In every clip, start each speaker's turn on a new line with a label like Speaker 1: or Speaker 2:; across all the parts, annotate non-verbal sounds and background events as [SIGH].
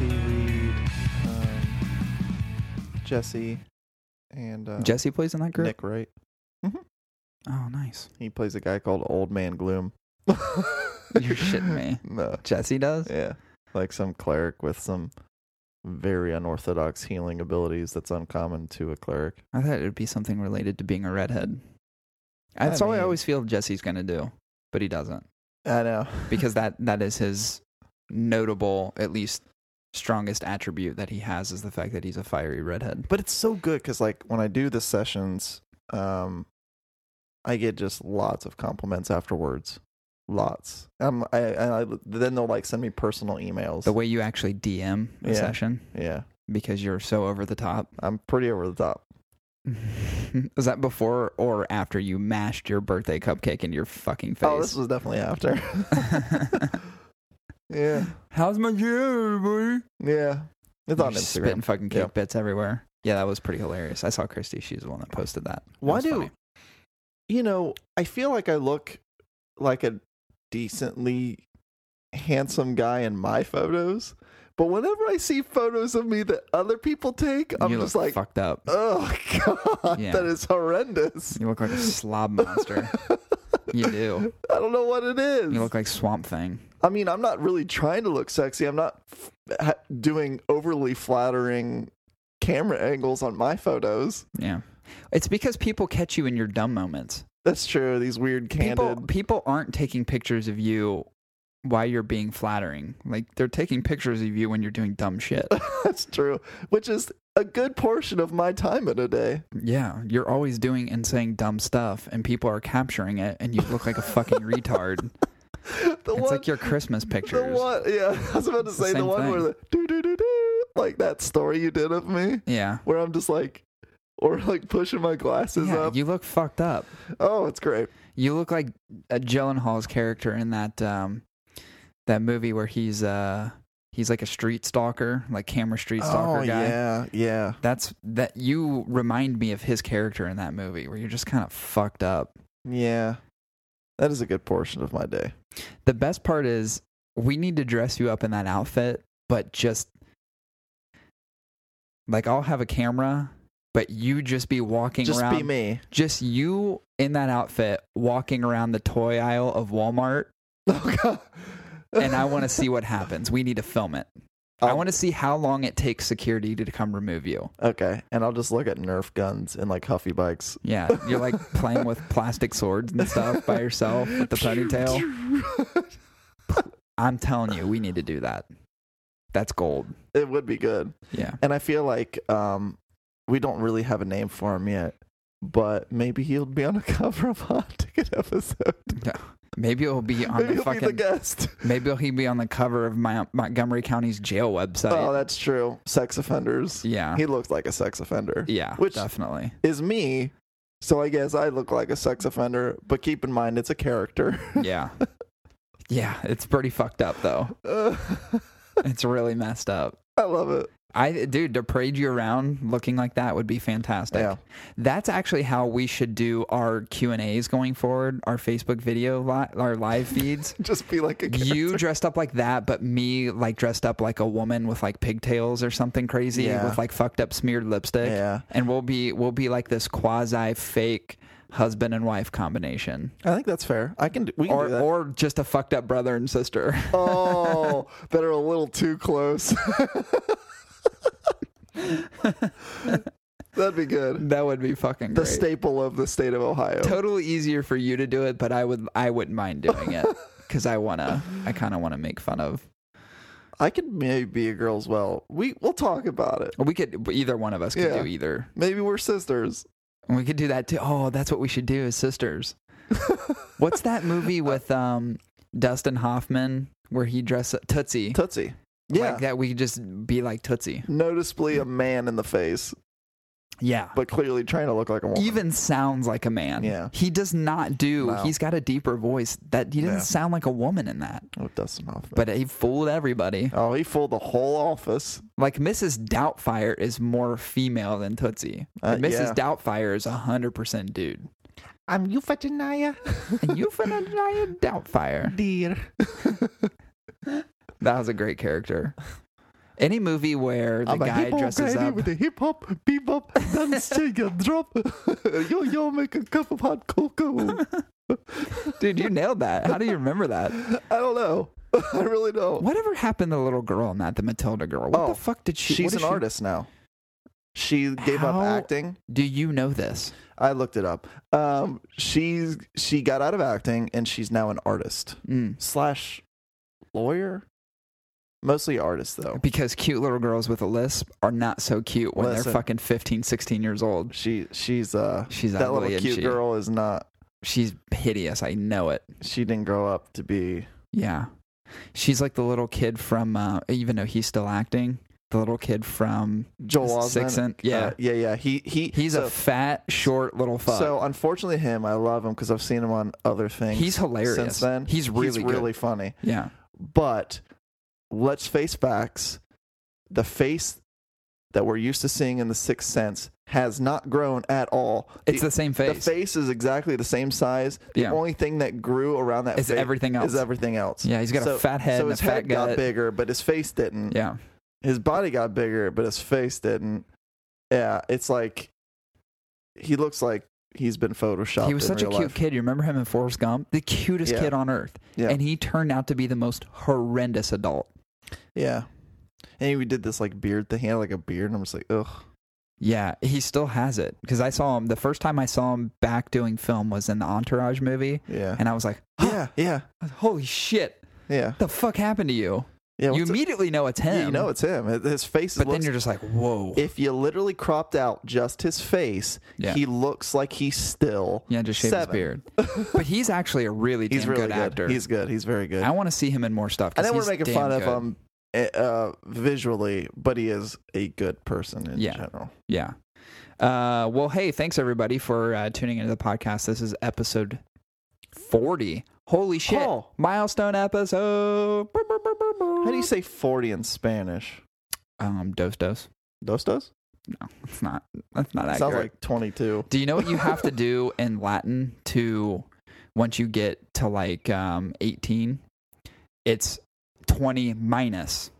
Speaker 1: um, Jesse and uh,
Speaker 2: Jesse plays in that group.
Speaker 1: Nick, right?
Speaker 2: Oh, nice.
Speaker 1: He plays a guy called Old Man Gloom.
Speaker 2: [LAUGHS] You're shitting me.
Speaker 1: [LAUGHS] No.
Speaker 2: Jesse does.
Speaker 1: Yeah. Like some cleric with some very unorthodox healing abilities that's uncommon to a cleric.
Speaker 2: I thought it would be something related to being a redhead.
Speaker 1: I
Speaker 2: That's all I
Speaker 1: mean-
Speaker 2: always feel Jesse's gonna do, but he doesn't
Speaker 1: I know. [LAUGHS]
Speaker 2: because that that is his notable, at least strongest attribute that he has is the fact that he's a fiery redhead.
Speaker 1: but it's so good because like when i do the sessions um i get just lots of compliments afterwards lots um i and i then they'll like send me personal emails
Speaker 2: The way you actually DM a
Speaker 1: Yeah.
Speaker 2: session
Speaker 1: yeah
Speaker 2: because you're so over the top. [LAUGHS]
Speaker 1: i'm pretty over the top
Speaker 2: was that before or after you mashed your birthday cupcake into your fucking face?
Speaker 1: oh this was definitely after [LAUGHS] yeah
Speaker 2: [LAUGHS] How's my year, everybody?
Speaker 1: yeah it's on
Speaker 2: You're
Speaker 1: instagram
Speaker 2: Spitting fucking cake
Speaker 1: Yeah.
Speaker 2: bits everywhere. Yeah, that was pretty hilarious. I saw Christy. She's the one that posted that. That
Speaker 1: Why
Speaker 2: was
Speaker 1: do-
Speaker 2: funny.
Speaker 1: you know i feel like i look like a decently handsome guy in my photos but whenever i see photos of me that other people take i'm
Speaker 2: you
Speaker 1: just
Speaker 2: look
Speaker 1: like
Speaker 2: fucked up?
Speaker 1: Oh [LAUGHS] god,
Speaker 2: Yeah.
Speaker 1: that is horrendous.
Speaker 2: You look like a
Speaker 1: [LAUGHS]
Speaker 2: slob monster. You do.
Speaker 1: I don't know what it is.
Speaker 2: you look like Swamp Thing.
Speaker 1: I mean, I'm not really trying to look sexy. I'm not f- ha- doing overly flattering camera angles on my photos.
Speaker 2: Yeah, it's because people catch you in your dumb moments.
Speaker 1: That's true. These weird
Speaker 2: People
Speaker 1: candid. [LAUGHS]
Speaker 2: people aren't taking pictures of you while you're being flattering. Like they're taking pictures of you when you're doing dumb
Speaker 1: [LAUGHS]
Speaker 2: shit.
Speaker 1: That's true. Which is a good portion of my time in a day.
Speaker 2: yeah, you're always doing and saying dumb stuff, and people are capturing it, and you look like
Speaker 1: [LAUGHS]
Speaker 2: a fucking retard.
Speaker 1: The
Speaker 2: It's
Speaker 1: one,
Speaker 2: like your Christmas
Speaker 1: the
Speaker 2: pictures.
Speaker 1: one. Yeah, [LAUGHS] I was about to
Speaker 2: It's the
Speaker 1: say the
Speaker 2: same
Speaker 1: one where
Speaker 2: thing.
Speaker 1: the do do do do like that story you did of me,
Speaker 2: Yeah.
Speaker 1: where I'm just like, or like pushing my glasses
Speaker 2: Yeah,
Speaker 1: up.
Speaker 2: you look fucked up.
Speaker 1: oh, it's great.
Speaker 2: You look like a Gyllenhaal's character in that um, that movie where he's uh he's like a street stalker, like camera street stalker
Speaker 1: oh,
Speaker 2: guy.
Speaker 1: Yeah, yeah.
Speaker 2: That's that you remind me of his character in that movie where you're just kind of fucked up.
Speaker 1: Yeah. That is a good portion of my day.
Speaker 2: The best part is we need to dress you up in that outfit, but just like I'll have a camera, but you just be walking
Speaker 1: Just
Speaker 2: around
Speaker 1: be me. [LAUGHS]
Speaker 2: just you in that outfit walking around the toy aisle of Walmart
Speaker 1: Oh,
Speaker 2: and I want to see what happens. We need to film it.
Speaker 1: Oh.
Speaker 2: I want to see how long it takes security to come remove you.
Speaker 1: Okay, and I'll just look at Nerf guns and like Huffy bikes.
Speaker 2: Yeah, you're like playing with plastic swords and stuff
Speaker 1: [LAUGHS]
Speaker 2: by yourself with the ponytail. I'm telling you, we need to do that. That's gold.
Speaker 1: it would be good.
Speaker 2: Yeah.
Speaker 1: And I feel like um, we don't really have a name for him yet, but maybe he'll be on a [LAUGHS] cover of a ticket episode.
Speaker 2: Maybe it'll be on
Speaker 1: maybe
Speaker 2: the
Speaker 1: he'll be
Speaker 2: fucking.
Speaker 1: the [LAUGHS] guest.
Speaker 2: maybe he'll be on the cover of my Montgomery County's jail website.
Speaker 1: Oh, that's true. Sex offenders.
Speaker 2: yeah.
Speaker 1: He looks like a sex offender.
Speaker 2: yeah.
Speaker 1: which-
Speaker 2: definitely.
Speaker 1: Is me. So I guess I look like a sex offender, but keep in mind it's a character. [LAUGHS]
Speaker 2: Yeah. yeah. It's pretty fucked up though.
Speaker 1: Uh,
Speaker 2: It's really messed up.
Speaker 1: I love it.
Speaker 2: I dude, to parade you around looking like that would be fantastic.
Speaker 1: Yeah.
Speaker 2: That's actually how we should do our Q and A's going forward. Our Facebook video, li- our
Speaker 1: [LAUGHS]
Speaker 2: live feeds.
Speaker 1: Just be like a character.
Speaker 2: you dressed up like that, but me like dressed up like a woman with like pigtails or something crazy
Speaker 1: Yeah.
Speaker 2: with like fucked up smeared lipstick.
Speaker 1: Yeah.
Speaker 2: And we'll be we'll be like this quasi fake husband and wife combination,
Speaker 1: I think that's fair. I can do, we can do
Speaker 2: or
Speaker 1: that.
Speaker 2: or just a fucked up brother and sister. [LAUGHS]
Speaker 1: oh, that are a little too close. [LAUGHS] That'd be good.
Speaker 2: that would be fucking
Speaker 1: The
Speaker 2: great.
Speaker 1: staple of the state of Ohio.
Speaker 2: totally easier for you to do it, but I would I wouldn't mind
Speaker 1: [LAUGHS]
Speaker 2: doing it because I wanna I kind of wanna make fun of.
Speaker 1: I could maybe be a girl as well. We we'll talk about it.
Speaker 2: We could either one of us could
Speaker 1: Yeah.
Speaker 2: do either.
Speaker 1: Maybe we're sisters.
Speaker 2: And We could do that too. Oh, that's what we should do as
Speaker 1: [LAUGHS]
Speaker 2: sisters. What's that movie with um Dustin Hoffman where he dressed up Tootsie?
Speaker 1: Tootsie. Yeah.
Speaker 2: Like that we could just be like Tootsie.
Speaker 1: Noticeably a man in the face,
Speaker 2: Yeah.
Speaker 1: but clearly trying to look like a woman.
Speaker 2: Even sounds like a man.
Speaker 1: Yeah.
Speaker 2: He does not do
Speaker 1: No.
Speaker 2: he's got a deeper voice that he doesn't
Speaker 1: Yeah.
Speaker 2: sound like a woman in that.
Speaker 1: oh, Dustin Hoffman.
Speaker 2: But he fooled everybody.
Speaker 1: oh, he fooled the whole office.
Speaker 2: like Mrs. Doubtfire is more female than Tootsie.
Speaker 1: Uh,
Speaker 2: And
Speaker 1: yeah.
Speaker 2: Mrs. Doubtfire is hundred percent dude.
Speaker 1: I'm Euphigenia,
Speaker 2: And you finna deny
Speaker 1: [LAUGHS]
Speaker 2: it, Doubtfire.
Speaker 1: dear.
Speaker 2: That was a great character. Any movie
Speaker 1: [LAUGHS]
Speaker 2: where the
Speaker 1: I'm a
Speaker 2: guy
Speaker 1: hip hop
Speaker 2: dresses
Speaker 1: guy
Speaker 2: up,
Speaker 1: with a hip hop bebop [LAUGHS] dance shake and drop. yo yo, make a cup of hot [LAUGHS] cocoa.
Speaker 2: [LAUGHS] dude, you nailed that. How do you remember
Speaker 1: [LAUGHS]
Speaker 2: that?
Speaker 1: I don't know. I really don't.
Speaker 2: Whatever happened to the little girl in that, the Matilda girl? What
Speaker 1: Oh,
Speaker 2: the fuck did she? what
Speaker 1: She's
Speaker 2: did
Speaker 1: an
Speaker 2: she-
Speaker 1: artist now. She gave
Speaker 2: How-
Speaker 1: up acting.
Speaker 2: Do you know this?
Speaker 1: I looked it up. Um, she's she got out of acting and she's now an artist
Speaker 2: Mm.
Speaker 1: slash lawyer, mostly artist though.
Speaker 2: Because cute little girls with a lisp are not so cute when
Speaker 1: Listen.
Speaker 2: they're fucking 15, 16 years old.
Speaker 1: She she's uh
Speaker 2: She's
Speaker 1: that
Speaker 2: ugly
Speaker 1: little
Speaker 2: and
Speaker 1: cute
Speaker 2: she-
Speaker 1: girl is not.
Speaker 2: She's hideous. I know it.
Speaker 1: She didn't grow up to be.
Speaker 2: Yeah. She's like the little kid from, uh, even though he's still acting, the little kid from
Speaker 1: Joel Osment.
Speaker 2: Sixth Sense. Yeah.
Speaker 1: Uh, yeah, yeah. He he
Speaker 2: he's
Speaker 1: so,
Speaker 2: a fat, short little fuck.
Speaker 1: so unfortunately him. I love him because I've seen him on other things.
Speaker 2: he's hilarious.
Speaker 1: since then.
Speaker 2: he's really,
Speaker 1: he's really
Speaker 2: good.
Speaker 1: funny.
Speaker 2: Yeah.
Speaker 1: But let's face facts. The face that we're used to seeing in The Sixth Sense has not grown at all.
Speaker 2: It's the same
Speaker 1: the
Speaker 2: face.
Speaker 1: face is exactly the same size. The
Speaker 2: Yeah.
Speaker 1: only thing that grew around that
Speaker 2: It's
Speaker 1: face
Speaker 2: everything else.
Speaker 1: is everything else.
Speaker 2: Yeah, he's got
Speaker 1: So-
Speaker 2: a fat head
Speaker 1: so
Speaker 2: and a
Speaker 1: his
Speaker 2: fat
Speaker 1: head got
Speaker 2: gut.
Speaker 1: bigger, but his face didn't.
Speaker 2: Yeah.
Speaker 1: His body got bigger, but his face didn't. Yeah, it's like he looks like he's been photoshopped.
Speaker 2: He was
Speaker 1: in
Speaker 2: such a
Speaker 1: real
Speaker 2: cute
Speaker 1: life.
Speaker 2: kid. You remember him in Forrest Gump? The cutest
Speaker 1: Yeah.
Speaker 2: kid on earth.
Speaker 1: Yeah.
Speaker 2: And he turned out to be the most horrendous adult.
Speaker 1: Yeah, and he did this like beard thing. He had like a beard, and I'm just like, ugh.
Speaker 2: Yeah, he still has it. Because I saw him, the first time I saw him back doing film was in the Entourage movie.
Speaker 1: Yeah.
Speaker 2: And I was like,
Speaker 1: Yeah, yeah,
Speaker 2: holy shit,
Speaker 1: yeah,
Speaker 2: the fuck happened to you?
Speaker 1: yeah.
Speaker 2: you
Speaker 1: what's it-
Speaker 2: immediately know it's him.
Speaker 1: Yeah, you know it's him. His- His face.
Speaker 2: but then
Speaker 1: looks,
Speaker 2: you're just like, whoa.
Speaker 1: if you literally cropped out just his face,
Speaker 2: Yeah.
Speaker 1: he looks like he's still.
Speaker 2: yeah, just shave his
Speaker 1: seven. [LAUGHS]
Speaker 2: beard. but he's actually a really damn
Speaker 1: He's really
Speaker 2: good,
Speaker 1: good.
Speaker 2: actor.
Speaker 1: He's good. He's very good.
Speaker 2: I want to see him in more stuff.
Speaker 1: I
Speaker 2: 'cause
Speaker 1: know we're
Speaker 2: he's
Speaker 1: making
Speaker 2: damn
Speaker 1: fun
Speaker 2: good.
Speaker 1: of him eh, uh, visually, but he is a good person in
Speaker 2: Yeah.
Speaker 1: general.
Speaker 2: Yeah. Uh, well, hey, thanks everybody for uh, tuning into the podcast. This is episode 40. Holy shit.
Speaker 1: Oh.
Speaker 2: Milestone episode. How
Speaker 1: How do you say forty in Spanish?
Speaker 2: Um, dos dos.
Speaker 1: Dos dos.
Speaker 2: It's not, that's not
Speaker 1: Sounds
Speaker 2: accurate.
Speaker 1: like twenty-two.
Speaker 2: do you know what you have to do in Latin to, once you get to like um, 18, it's 20 minus.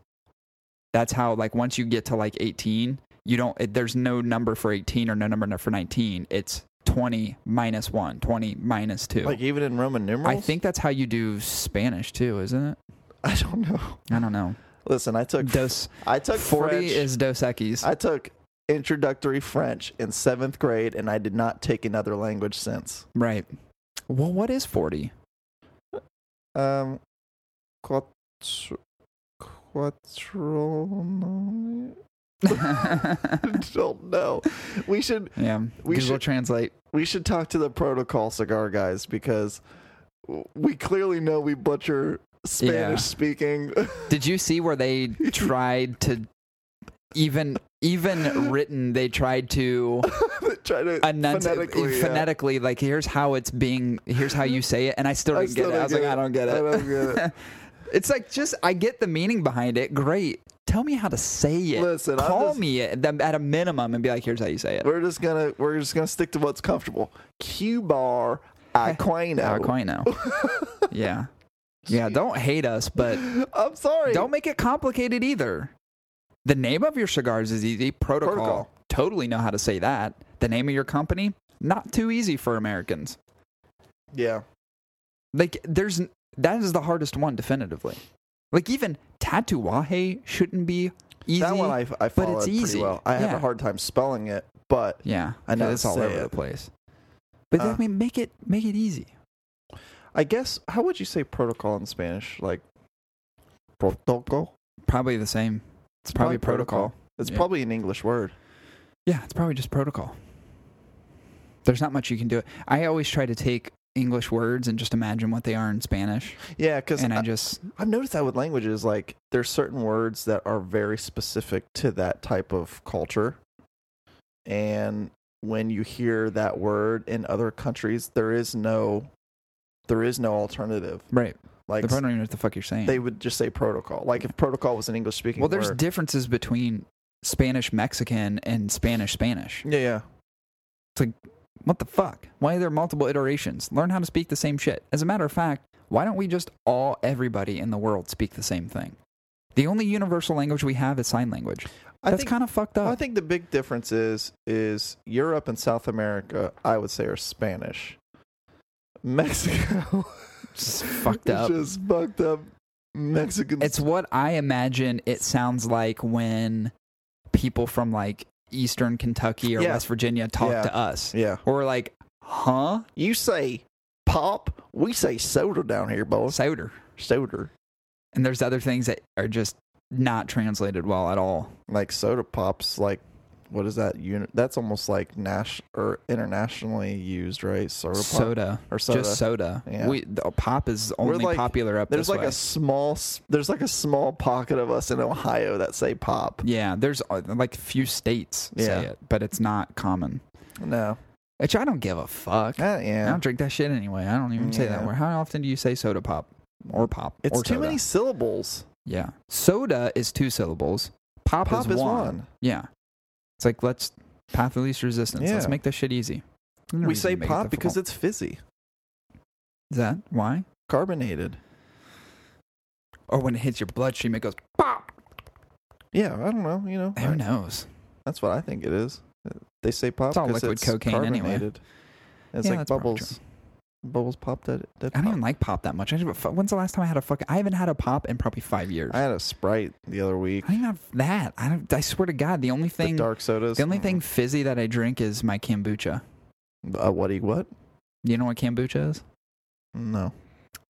Speaker 2: That's how, like, once you get to like 18, you don't, it, there's no number for 18 or no number for 19. It's 20 minus 1, 20 minus 2.
Speaker 1: Like even in Roman
Speaker 2: I
Speaker 1: numerals.
Speaker 2: think that's how you do Spanish too, isn't it?
Speaker 1: [LAUGHS] I don't know.
Speaker 2: I don't know.
Speaker 1: Listen, I took
Speaker 2: Dos
Speaker 1: I took
Speaker 2: forty
Speaker 1: French.
Speaker 2: is Dos Equis.
Speaker 1: I took introductory French in seventh grade, and I did not take another language since.
Speaker 2: right. Well, what is forty? [LAUGHS]
Speaker 1: Um, quattro, quattro, no,
Speaker 2: yeah.
Speaker 1: [LAUGHS] I don't know. We should We
Speaker 2: Google
Speaker 1: should-
Speaker 2: Translate.
Speaker 1: we should talk to the protocol cigar guys because we clearly know we butcher Spanish speaking.
Speaker 2: Did you see where they tried to even even written? They tried to
Speaker 1: [LAUGHS] Try to
Speaker 2: enunciate
Speaker 1: phonetically.
Speaker 2: phonetically,
Speaker 1: yeah.
Speaker 2: like here's how it's being, here's how you say it, and I still
Speaker 1: I
Speaker 2: don't
Speaker 1: still
Speaker 2: get it. I was like, I don't get it.
Speaker 1: I don't get it.
Speaker 2: [LAUGHS] It's like just I get the meaning behind it. Great. Tell me how to say it.
Speaker 1: Listen, I'm
Speaker 2: call
Speaker 1: just-
Speaker 2: me at, the- at a minimum and be like, here's how you say it.
Speaker 1: We're just gonna we're just gonna stick to what's comfortable. Q bar,
Speaker 2: I
Speaker 1: Aquino.
Speaker 2: quite know. yeah. Yeah, don't hate us, but
Speaker 1: [LAUGHS] I'm sorry.
Speaker 2: don't make it complicated either. The name of your cigars is easy. Protocol.
Speaker 1: Protocol.
Speaker 2: Totally know how to say that. The name of your company, not too easy for Americans.
Speaker 1: Yeah.
Speaker 2: Like there's that is the hardest one definitively. Like even Tatuaje shouldn't be easy.
Speaker 1: That one I, I
Speaker 2: but
Speaker 1: followed
Speaker 2: it's
Speaker 1: pretty
Speaker 2: easy.
Speaker 1: well. I have
Speaker 2: Yeah.
Speaker 1: a hard time spelling it, but
Speaker 2: Yeah,
Speaker 1: I know how
Speaker 2: it's
Speaker 1: to
Speaker 2: all
Speaker 1: say
Speaker 2: over
Speaker 1: it.
Speaker 2: the place. But
Speaker 1: Uh,
Speaker 2: I mean, make it make it easy.
Speaker 1: I guess how would you say protocol in Spanish? Like protocol?
Speaker 2: Probably the same. It's probably, protocol.
Speaker 1: It's
Speaker 2: Yeah.
Speaker 1: probably an English word.
Speaker 2: Yeah, it's probably just protocol. There's not much you can do. I always try to take English words and just imagine what they are in Spanish,
Speaker 1: Yeah, because
Speaker 2: and I just
Speaker 1: I've noticed that with languages, like there's certain words that are very specific to that type of culture, and when you hear that word in other countries, there is no, there is no alternative.
Speaker 2: right.
Speaker 1: Like
Speaker 2: They probably don't even know what the fuck you're saying.
Speaker 1: they would just say protocol. Like if protocol was an English speaking,
Speaker 2: well, there's
Speaker 1: word,
Speaker 2: differences between Spanish Mexican and Spanish Spanish.
Speaker 1: yeah, yeah.
Speaker 2: What the fuck? Why are there multiple iterations? Learn how to speak the same shit. As a matter of fact, why don't we just all everybody in the world speak the same thing? The only universal language we have is sign language.
Speaker 1: I
Speaker 2: That's
Speaker 1: think,
Speaker 2: kind of fucked up.
Speaker 1: I think the big difference is is Europe and South America, I would say, are Spanish. Mexico [LAUGHS]
Speaker 2: It's fucked up.
Speaker 1: just fucked up Mexican.
Speaker 2: It's what I imagine it sounds like when people from like Eastern Kentucky or
Speaker 1: Yeah.
Speaker 2: West Virginia talk
Speaker 1: Yeah.
Speaker 2: to us.
Speaker 1: yeah.
Speaker 2: Or like, huh?
Speaker 1: You say pop, we say soda down here, boys.
Speaker 2: Soder.
Speaker 1: Soda,
Speaker 2: And there's other things that are just not translated well at all.
Speaker 1: like soda pops, like what is that unit? That's almost like nash or internationally used, right? Soda pop
Speaker 2: Soda.
Speaker 1: or soda.
Speaker 2: Just soda.
Speaker 1: Yeah.
Speaker 2: We the pop is
Speaker 1: We're
Speaker 2: only
Speaker 1: like-
Speaker 2: popular up
Speaker 1: there's
Speaker 2: this
Speaker 1: like
Speaker 2: way.
Speaker 1: a small s- there's like a small pocket of us in Ohio that say pop.
Speaker 2: yeah, there's uh, like few states
Speaker 1: Yeah.
Speaker 2: say it, but it's not common.
Speaker 1: No,
Speaker 2: Which I don't give a fuck.
Speaker 1: Uh,
Speaker 2: I
Speaker 1: yeah,
Speaker 2: don't drink that shit anyway. I don't even say that
Speaker 1: Yeah.
Speaker 2: word. How often do you say soda pop or pop?
Speaker 1: it's
Speaker 2: or
Speaker 1: too
Speaker 2: soda?
Speaker 1: many syllables.
Speaker 2: Yeah. Soda is two syllables. Pop,
Speaker 1: Pop
Speaker 2: is,
Speaker 1: is
Speaker 2: one.
Speaker 1: one.
Speaker 2: Yeah. It's like let's path of least resistance. Let's
Speaker 1: Yeah.
Speaker 2: make this shit easy. There's no
Speaker 1: We
Speaker 2: reason
Speaker 1: say
Speaker 2: to make
Speaker 1: pop because
Speaker 2: difficult.
Speaker 1: it's fizzy,
Speaker 2: is that why?
Speaker 1: carbonated.
Speaker 2: Or when it hits your bloodstream, it goes pop.
Speaker 1: Yeah, I don't know. You know,
Speaker 2: Who knows?
Speaker 1: That's what I think it is. They say pop
Speaker 2: It's all
Speaker 1: 'cause
Speaker 2: liquid
Speaker 1: it's
Speaker 2: cocaine anyway.
Speaker 1: carbonated. And It's
Speaker 2: Yeah,
Speaker 1: like
Speaker 2: that's probably
Speaker 1: bubbles. Bubbles popped at that
Speaker 2: I don't
Speaker 1: pop.
Speaker 2: even like pop that much. I just, when's the last time I had a fucking? I haven't had a pop in probably five years.
Speaker 1: I
Speaker 2: I,
Speaker 1: had a Sprite the other week.
Speaker 2: don't even have that. I don't. I swear to God, the only
Speaker 1: the
Speaker 2: thing, the,
Speaker 1: dark sodas.
Speaker 2: only thing fizzy that I drink is my kombucha.
Speaker 1: Uh, what do you what?
Speaker 2: You know what kombucha is?
Speaker 1: No.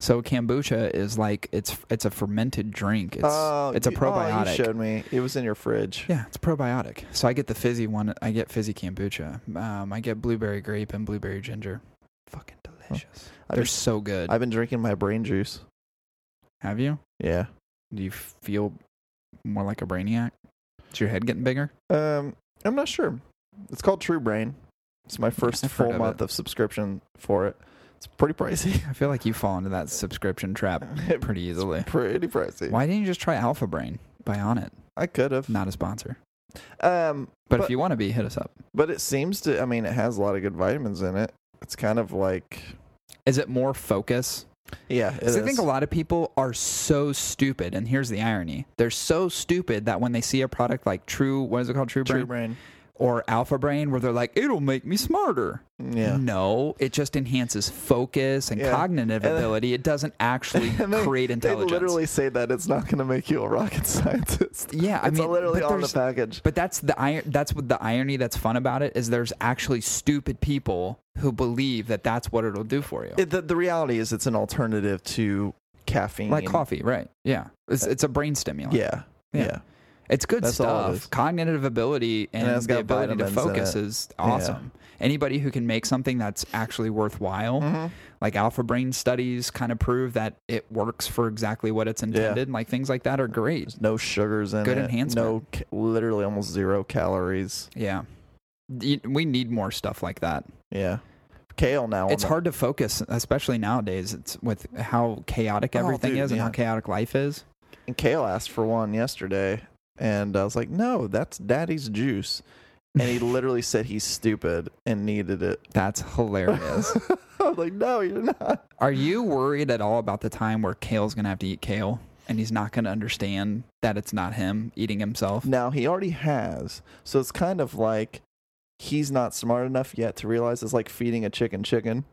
Speaker 2: So kombucha is like it's it's a fermented drink. It's
Speaker 1: Oh,
Speaker 2: it's a
Speaker 1: you- Oh,
Speaker 2: probiotic.
Speaker 1: you showed me. It was in your fridge.
Speaker 2: Yeah, it's probiotic. So I get the fizzy one. I get fizzy kombucha. Um, I get blueberry grape and blueberry ginger. Fucking delicious.
Speaker 1: I've,
Speaker 2: They're
Speaker 1: been,
Speaker 2: so good.
Speaker 1: I've been drinking my brain juice.
Speaker 2: Have you?
Speaker 1: Yeah.
Speaker 2: Do you feel more like a brainiac? Is your head getting bigger?
Speaker 1: Um, I'm not sure. It's called True Brain. It's my first
Speaker 2: I've heard
Speaker 1: full
Speaker 2: of
Speaker 1: month
Speaker 2: it.
Speaker 1: of subscription for it. It's pretty pricey. [LAUGHS]
Speaker 2: I feel like you fall into that subscription trap pretty easily.
Speaker 1: pretty pricey.
Speaker 2: Why didn't you just try Alpha Brain by Onnit?
Speaker 1: I could have.
Speaker 2: Not a sponsor,
Speaker 1: Um,
Speaker 2: but,
Speaker 1: But-
Speaker 2: if you want to be, hit us up.
Speaker 1: But it seems to. I mean, it has a lot of good vitamins in it. It's kind of like
Speaker 2: Is it more focus?
Speaker 1: yeah. it
Speaker 2: 'Cause I think
Speaker 1: is.
Speaker 2: a lot of people are so stupid, and here's the irony: they're so stupid that when they see a product like True, what is it called, True Brain,
Speaker 1: True brain.
Speaker 2: or Alpha Brain, where they're like, "It'll make me smarter."
Speaker 1: Mm, Yeah.
Speaker 2: No, it just enhances focus and
Speaker 1: Yeah. And
Speaker 2: cognitive
Speaker 1: then-
Speaker 2: ability. It doesn't actually
Speaker 1: [LAUGHS] And they-
Speaker 2: create
Speaker 1: They
Speaker 2: intelligence.
Speaker 1: literally say that it's not going to make you a rocket [LAUGHS] scientist.
Speaker 2: yeah, I
Speaker 1: it's
Speaker 2: mean,
Speaker 1: literally
Speaker 2: but
Speaker 1: on the
Speaker 2: there's-
Speaker 1: package.
Speaker 2: But that's the ir- that's what the irony that's fun about it is. There's actually stupid people who believe that that's what it'll do for you,
Speaker 1: It, the, the reality is, it's an alternative to caffeine,
Speaker 2: like coffee, right? Yeah, it's, it's a brain stimulant.
Speaker 1: Uh, Yeah.
Speaker 2: Yeah.
Speaker 1: Yeah.
Speaker 2: It's good
Speaker 1: That's all it
Speaker 2: stuff.
Speaker 1: is.
Speaker 2: Cognitive ability and,
Speaker 1: And it's
Speaker 2: the
Speaker 1: got
Speaker 2: ability to
Speaker 1: vitamins in
Speaker 2: focus
Speaker 1: it.
Speaker 2: is awesome. Anybody who can make something that's actually worthwhile,
Speaker 1: Mhm.
Speaker 2: like alpha brain studies kind of prove that it works for exactly what it's intended. Like things like that are great.
Speaker 1: There's no sugars in
Speaker 2: Good
Speaker 1: it.
Speaker 2: enhancement.
Speaker 1: No, ca- literally almost zero calories.
Speaker 2: Yeah. Y- We need more stuff like that.
Speaker 1: Yeah. Kale now. on
Speaker 2: It's
Speaker 1: the-
Speaker 2: hard to focus, especially nowadays. It's with how chaotic
Speaker 1: Oh,
Speaker 2: everything
Speaker 1: dude,
Speaker 2: is and how
Speaker 1: yeah.
Speaker 2: chaotic life is.
Speaker 1: And Kale asked for one yesterday, and I was like, "No, that's Daddy's juice." And
Speaker 2: [LAUGHS]
Speaker 1: he literally said he's stupid and needed it. [LAUGHS]
Speaker 2: That's hilarious.
Speaker 1: I was like, "No, you're not."
Speaker 2: Are you worried at all about the time where Kale's gonna have to eat kale and he's not gonna understand that it's not him eating
Speaker 1: [LAUGHS]
Speaker 2: himself? [LAUGHS]
Speaker 1: Now he already has, so it's kind of like he's not smart enough yet to realize it's like feeding a chicken chicken.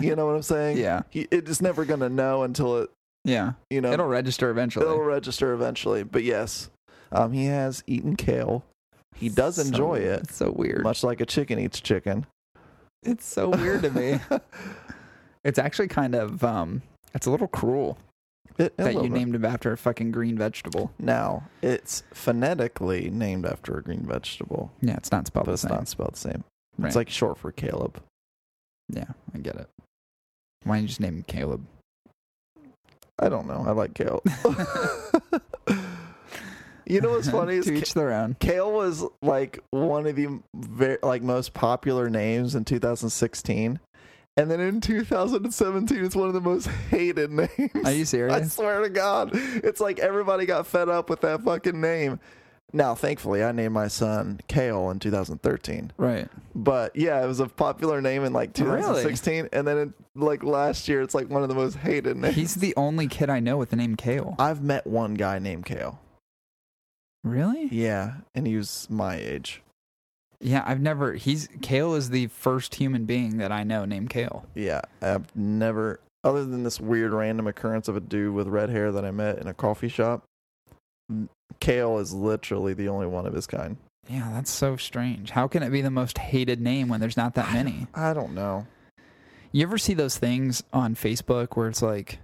Speaker 1: You know what I'm saying?
Speaker 2: [LAUGHS] yeah,
Speaker 1: He, it is never gonna know until it,
Speaker 2: yeah.
Speaker 1: you know,
Speaker 2: It'll register eventually.
Speaker 1: it'll register eventually. But yes, um, he has eaten kale. He does
Speaker 2: So-
Speaker 1: enjoy it,
Speaker 2: It's so weird.
Speaker 1: much like a chicken eats chicken.
Speaker 2: It's so weird to
Speaker 1: [LAUGHS]
Speaker 2: me. It's actually kind of um, it's a little cruel
Speaker 1: It- a
Speaker 2: that
Speaker 1: little
Speaker 2: you
Speaker 1: bit.
Speaker 2: named him after a fucking green vegetable.
Speaker 1: Now, it's phonetically named after a green vegetable,
Speaker 2: Yeah, it's not spelled
Speaker 1: but
Speaker 2: the
Speaker 1: it's
Speaker 2: same.
Speaker 1: not spelled the same.
Speaker 2: Right.
Speaker 1: It's like short for Caleb.
Speaker 2: Yeah, I get it. Why don't you just name him Caleb?
Speaker 1: I don't know. I like
Speaker 2: [LAUGHS]
Speaker 1: Caleb. [LAUGHS] you know what's
Speaker 2: [LAUGHS]
Speaker 1: funny is
Speaker 2: to
Speaker 1: Ca-
Speaker 2: each their
Speaker 1: [LAUGHS]
Speaker 2: own.
Speaker 1: Kale was like one of the very, like most popular names in 2016. And then in 2017, it's one of the most hated names.
Speaker 2: Are you
Speaker 1: [LAUGHS] I
Speaker 2: serious?
Speaker 1: swear to God. It's like everybody got fed up with that fucking name. Now, thankfully, I named my son Kale in 2013. [LAUGHS]
Speaker 2: Right.
Speaker 1: But yeah, it was a popular name in like 2016, and then in, like last year, it's like one of the most hated names.
Speaker 2: He's the only kid I know with the name Kale.
Speaker 1: I've met one guy named Kale.
Speaker 2: Really?
Speaker 1: Yeah, and he was my age.
Speaker 2: Yeah, I've never. He's Kale is the first human being that I know named Kale.
Speaker 1: Yeah, I've never, other than this weird random occurrence of a dude with red hair that I met in a coffee shop. Kale is literally the only one of his kind.
Speaker 2: Yeah, that's so strange. How can it be the most hated name when there's not that many?
Speaker 1: I don't
Speaker 2: [LAUGHS]
Speaker 1: know.
Speaker 2: You ever see those things on Facebook where it's like,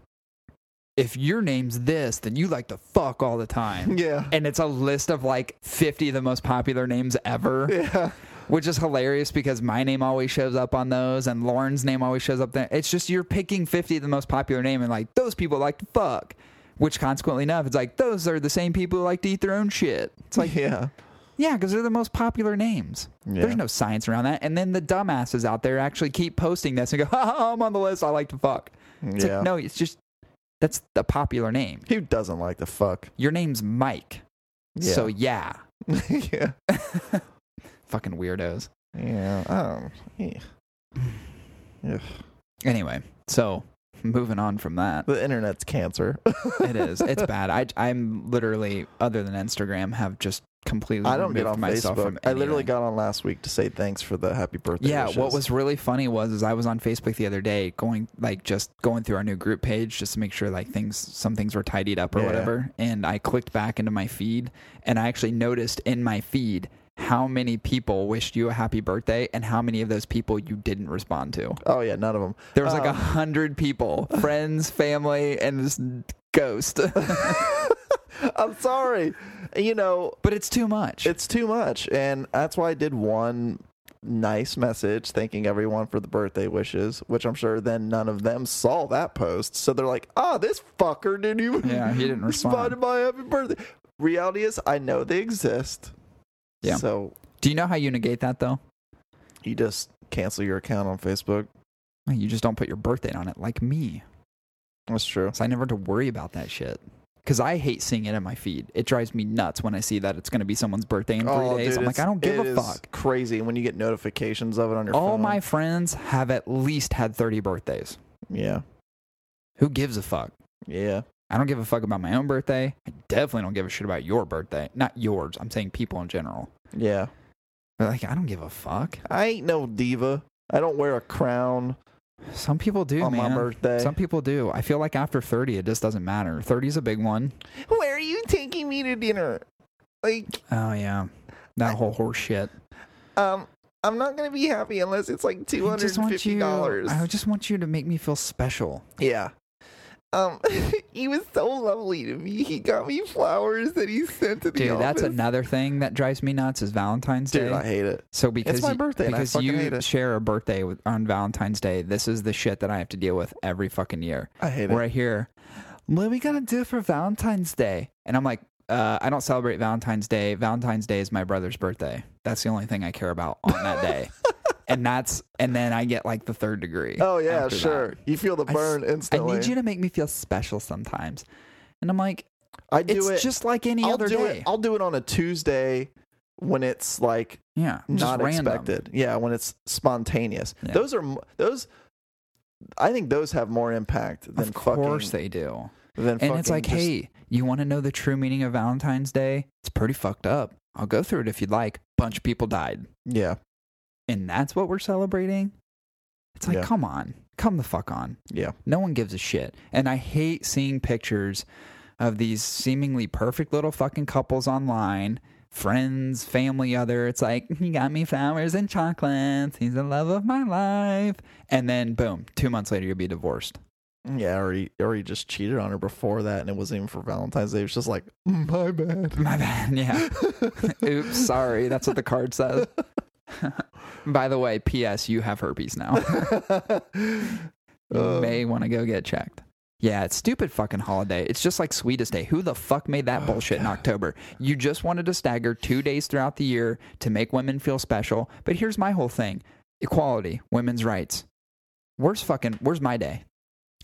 Speaker 2: if your name's this, then you like to fuck all the time.
Speaker 1: Yeah.
Speaker 2: And it's a list of like 50 of the most popular names ever,
Speaker 1: Yeah.
Speaker 2: which is hilarious because my name always shows up on those and Lauren's name always shows up there. It's just you're picking 50 of the most popular name and like, those people like to fuck, which consequently enough, it's like, those are the same people who like to eat their own shit. It's
Speaker 1: [LAUGHS]
Speaker 2: like, [LAUGHS]
Speaker 1: yeah.
Speaker 2: yeah, because they're the most popular names.
Speaker 1: Yeah.
Speaker 2: There's no science around that. And then the dumbasses out there actually keep posting this and go, [LAUGHS] oh, I'm on the list. I like to fuck. It's
Speaker 1: Yeah.
Speaker 2: like, no, it's just that's the popular name.
Speaker 1: Who doesn't like the fuck?
Speaker 2: Your name's Mike.
Speaker 1: Yeah. [LAUGHS]
Speaker 2: So, yeah.
Speaker 1: yeah.
Speaker 2: Fucking weirdos.
Speaker 1: Yeah. Um, yeah.
Speaker 2: Anyway, so moving on from that,
Speaker 1: The internet's cancer. [LAUGHS]
Speaker 2: it is. It's bad. I, I'm literally, other than Instagram, have just completely
Speaker 1: I don't get
Speaker 2: removed
Speaker 1: on
Speaker 2: myself
Speaker 1: Facebook.
Speaker 2: from
Speaker 1: I literally
Speaker 2: anything.
Speaker 1: got on last week to say thanks for the happy birthday.
Speaker 2: Yeah, what
Speaker 1: wishes.
Speaker 2: was really funny was is I was on Facebook the other day going like just going through our new group page just to make sure like things some things were tidied up or
Speaker 1: Yeah.
Speaker 2: whatever and I clicked back into my feed and I actually noticed in my feed how many people wished you a happy birthday and how many of those people you didn't respond to.
Speaker 1: Oh yeah, none of them.
Speaker 2: There was like a
Speaker 1: Um, [LAUGHS]
Speaker 2: hundred people, friends, family, and this ghost. [LAUGHS]
Speaker 1: [LAUGHS] I'm sorry. You know,
Speaker 2: but it's too much.
Speaker 1: it's too much, and that's why I did one nice message thanking everyone for the birthday wishes, which I'm sure then none of them saw that post, so they're like, "Ah, this fucker didn't even [LAUGHS]
Speaker 2: yeah, he didn't
Speaker 1: respond to
Speaker 2: respond.
Speaker 1: my happy birthday." Reality is, I know they exist.
Speaker 2: Yeah.
Speaker 1: So
Speaker 2: Do you know how you negate that though?
Speaker 1: you just cancel your account on Facebook.
Speaker 2: You just don't put your birthday on it like me.
Speaker 1: That's true.
Speaker 2: So I never have to worry about that shit. Because I hate seeing it in my feed. It drives me nuts when I see that it's going to be someone's birthday in three
Speaker 1: Oh,
Speaker 2: days.
Speaker 1: dude,
Speaker 2: I'm like,
Speaker 1: it's-
Speaker 2: I don't give
Speaker 1: it
Speaker 2: a
Speaker 1: is
Speaker 2: fuck.
Speaker 1: Crazy when you get notifications of it on your
Speaker 2: All
Speaker 1: phone.
Speaker 2: my friends have at least had 30 birthdays.
Speaker 1: yeah,
Speaker 2: Who gives a fuck?
Speaker 1: yeah.
Speaker 2: I don't give a fuck about my own birthday. I definitely don't give a shit about your birthday. Not yours. I'm saying people in general.
Speaker 1: Yeah.
Speaker 2: But like, I don't give a fuck.
Speaker 1: I ain't no diva. I don't wear a crown
Speaker 2: Some people do,
Speaker 1: on
Speaker 2: man.
Speaker 1: my birthday.
Speaker 2: Some people do. I feel like after 30, it just doesn't matter. 30 is a big one.
Speaker 1: Where are you taking me to dinner? Like,
Speaker 2: Oh, yeah. That whole horse shit.
Speaker 1: um, I'm not gonna be happy unless it's like two
Speaker 2: I
Speaker 1: hundred
Speaker 2: just
Speaker 1: and
Speaker 2: want
Speaker 1: fifty
Speaker 2: you.
Speaker 1: dollars.
Speaker 2: I just want you to make me feel special.
Speaker 1: Yeah. Um, [LAUGHS] he was so lovely to me. He got me flowers that he sent to the
Speaker 2: Dude, that's
Speaker 1: office.
Speaker 2: another thing that drives me nuts is Valentine's
Speaker 1: Dude,
Speaker 2: Day.
Speaker 1: I hate it.
Speaker 2: so because
Speaker 1: my
Speaker 2: you-
Speaker 1: birthday and I
Speaker 2: because
Speaker 1: fucking
Speaker 2: you
Speaker 1: hate it.
Speaker 2: share a birthday with, on Valentine's Day, this is the shit that I have to deal with every fucking year.
Speaker 1: I hate
Speaker 2: Where I hear, "What are we gonna do for Valentine's Day?" and I'm like, uh, "I don't celebrate Valentine's Day. Valentine's Day is my brother's birthday. That's the only thing I care about on
Speaker 1: [LAUGHS]
Speaker 2: that day." and that's and then I get like the third degree.
Speaker 1: Oh yeah,
Speaker 2: after that.
Speaker 1: sure. You feel the
Speaker 2: I s-
Speaker 1: burn
Speaker 2: I
Speaker 1: instantly.
Speaker 2: need you to make me feel special sometimes, and I'm like,
Speaker 1: I do
Speaker 2: it's
Speaker 1: it.
Speaker 2: just like any
Speaker 1: I'll
Speaker 2: other
Speaker 1: do
Speaker 2: day.
Speaker 1: it. I'll do it on a Tuesday when it's like
Speaker 2: yeah, just
Speaker 1: not
Speaker 2: random.
Speaker 1: expected. Yeah, when it's spontaneous.
Speaker 2: Yeah.
Speaker 1: Those are m- those. I think those have more impact than
Speaker 2: of course
Speaker 1: fucking.
Speaker 2: they do.
Speaker 1: than
Speaker 2: And it's
Speaker 1: fucking
Speaker 2: like,
Speaker 1: just-
Speaker 2: hey, you want to know the true meaning of Valentine's Day? It's pretty fucked up. I'll go through it if you'd like. Bunch of people died,
Speaker 1: yeah,
Speaker 2: and that's what we're celebrating. It's like,
Speaker 1: Yeah.
Speaker 2: come on, come the fuck on.
Speaker 1: yeah,
Speaker 2: No one gives a shit. And I hate seeing pictures of these seemingly perfect little fucking couples online, friends, family, other. It's like, [LAUGHS] he got me flowers and chocolates. He's the love of my life. And then, boom, two months later, you'll be divorced. [LAUGHS]
Speaker 1: yeah. Or he, or he just cheated on her before that, and it wasn't even for Valentine's Day. It was just like, "Mm, my bad.
Speaker 2: My bad. Yeah. [LAUGHS] Oops. Sorry. That's what the card says. [LAUGHS] By the way, P.S. You have herpes now. You
Speaker 1: [LAUGHS] Uh,
Speaker 2: may want to go get checked. Yeah, it's stupid fucking holiday. It's just like Sweetest Day. Who the fuck made that
Speaker 1: Oh,
Speaker 2: bullshit in October? You just wanted to stagger two days throughout the year to make women feel special. But here's my whole thing: equality, women's rights. Where's fucking? Where's my day?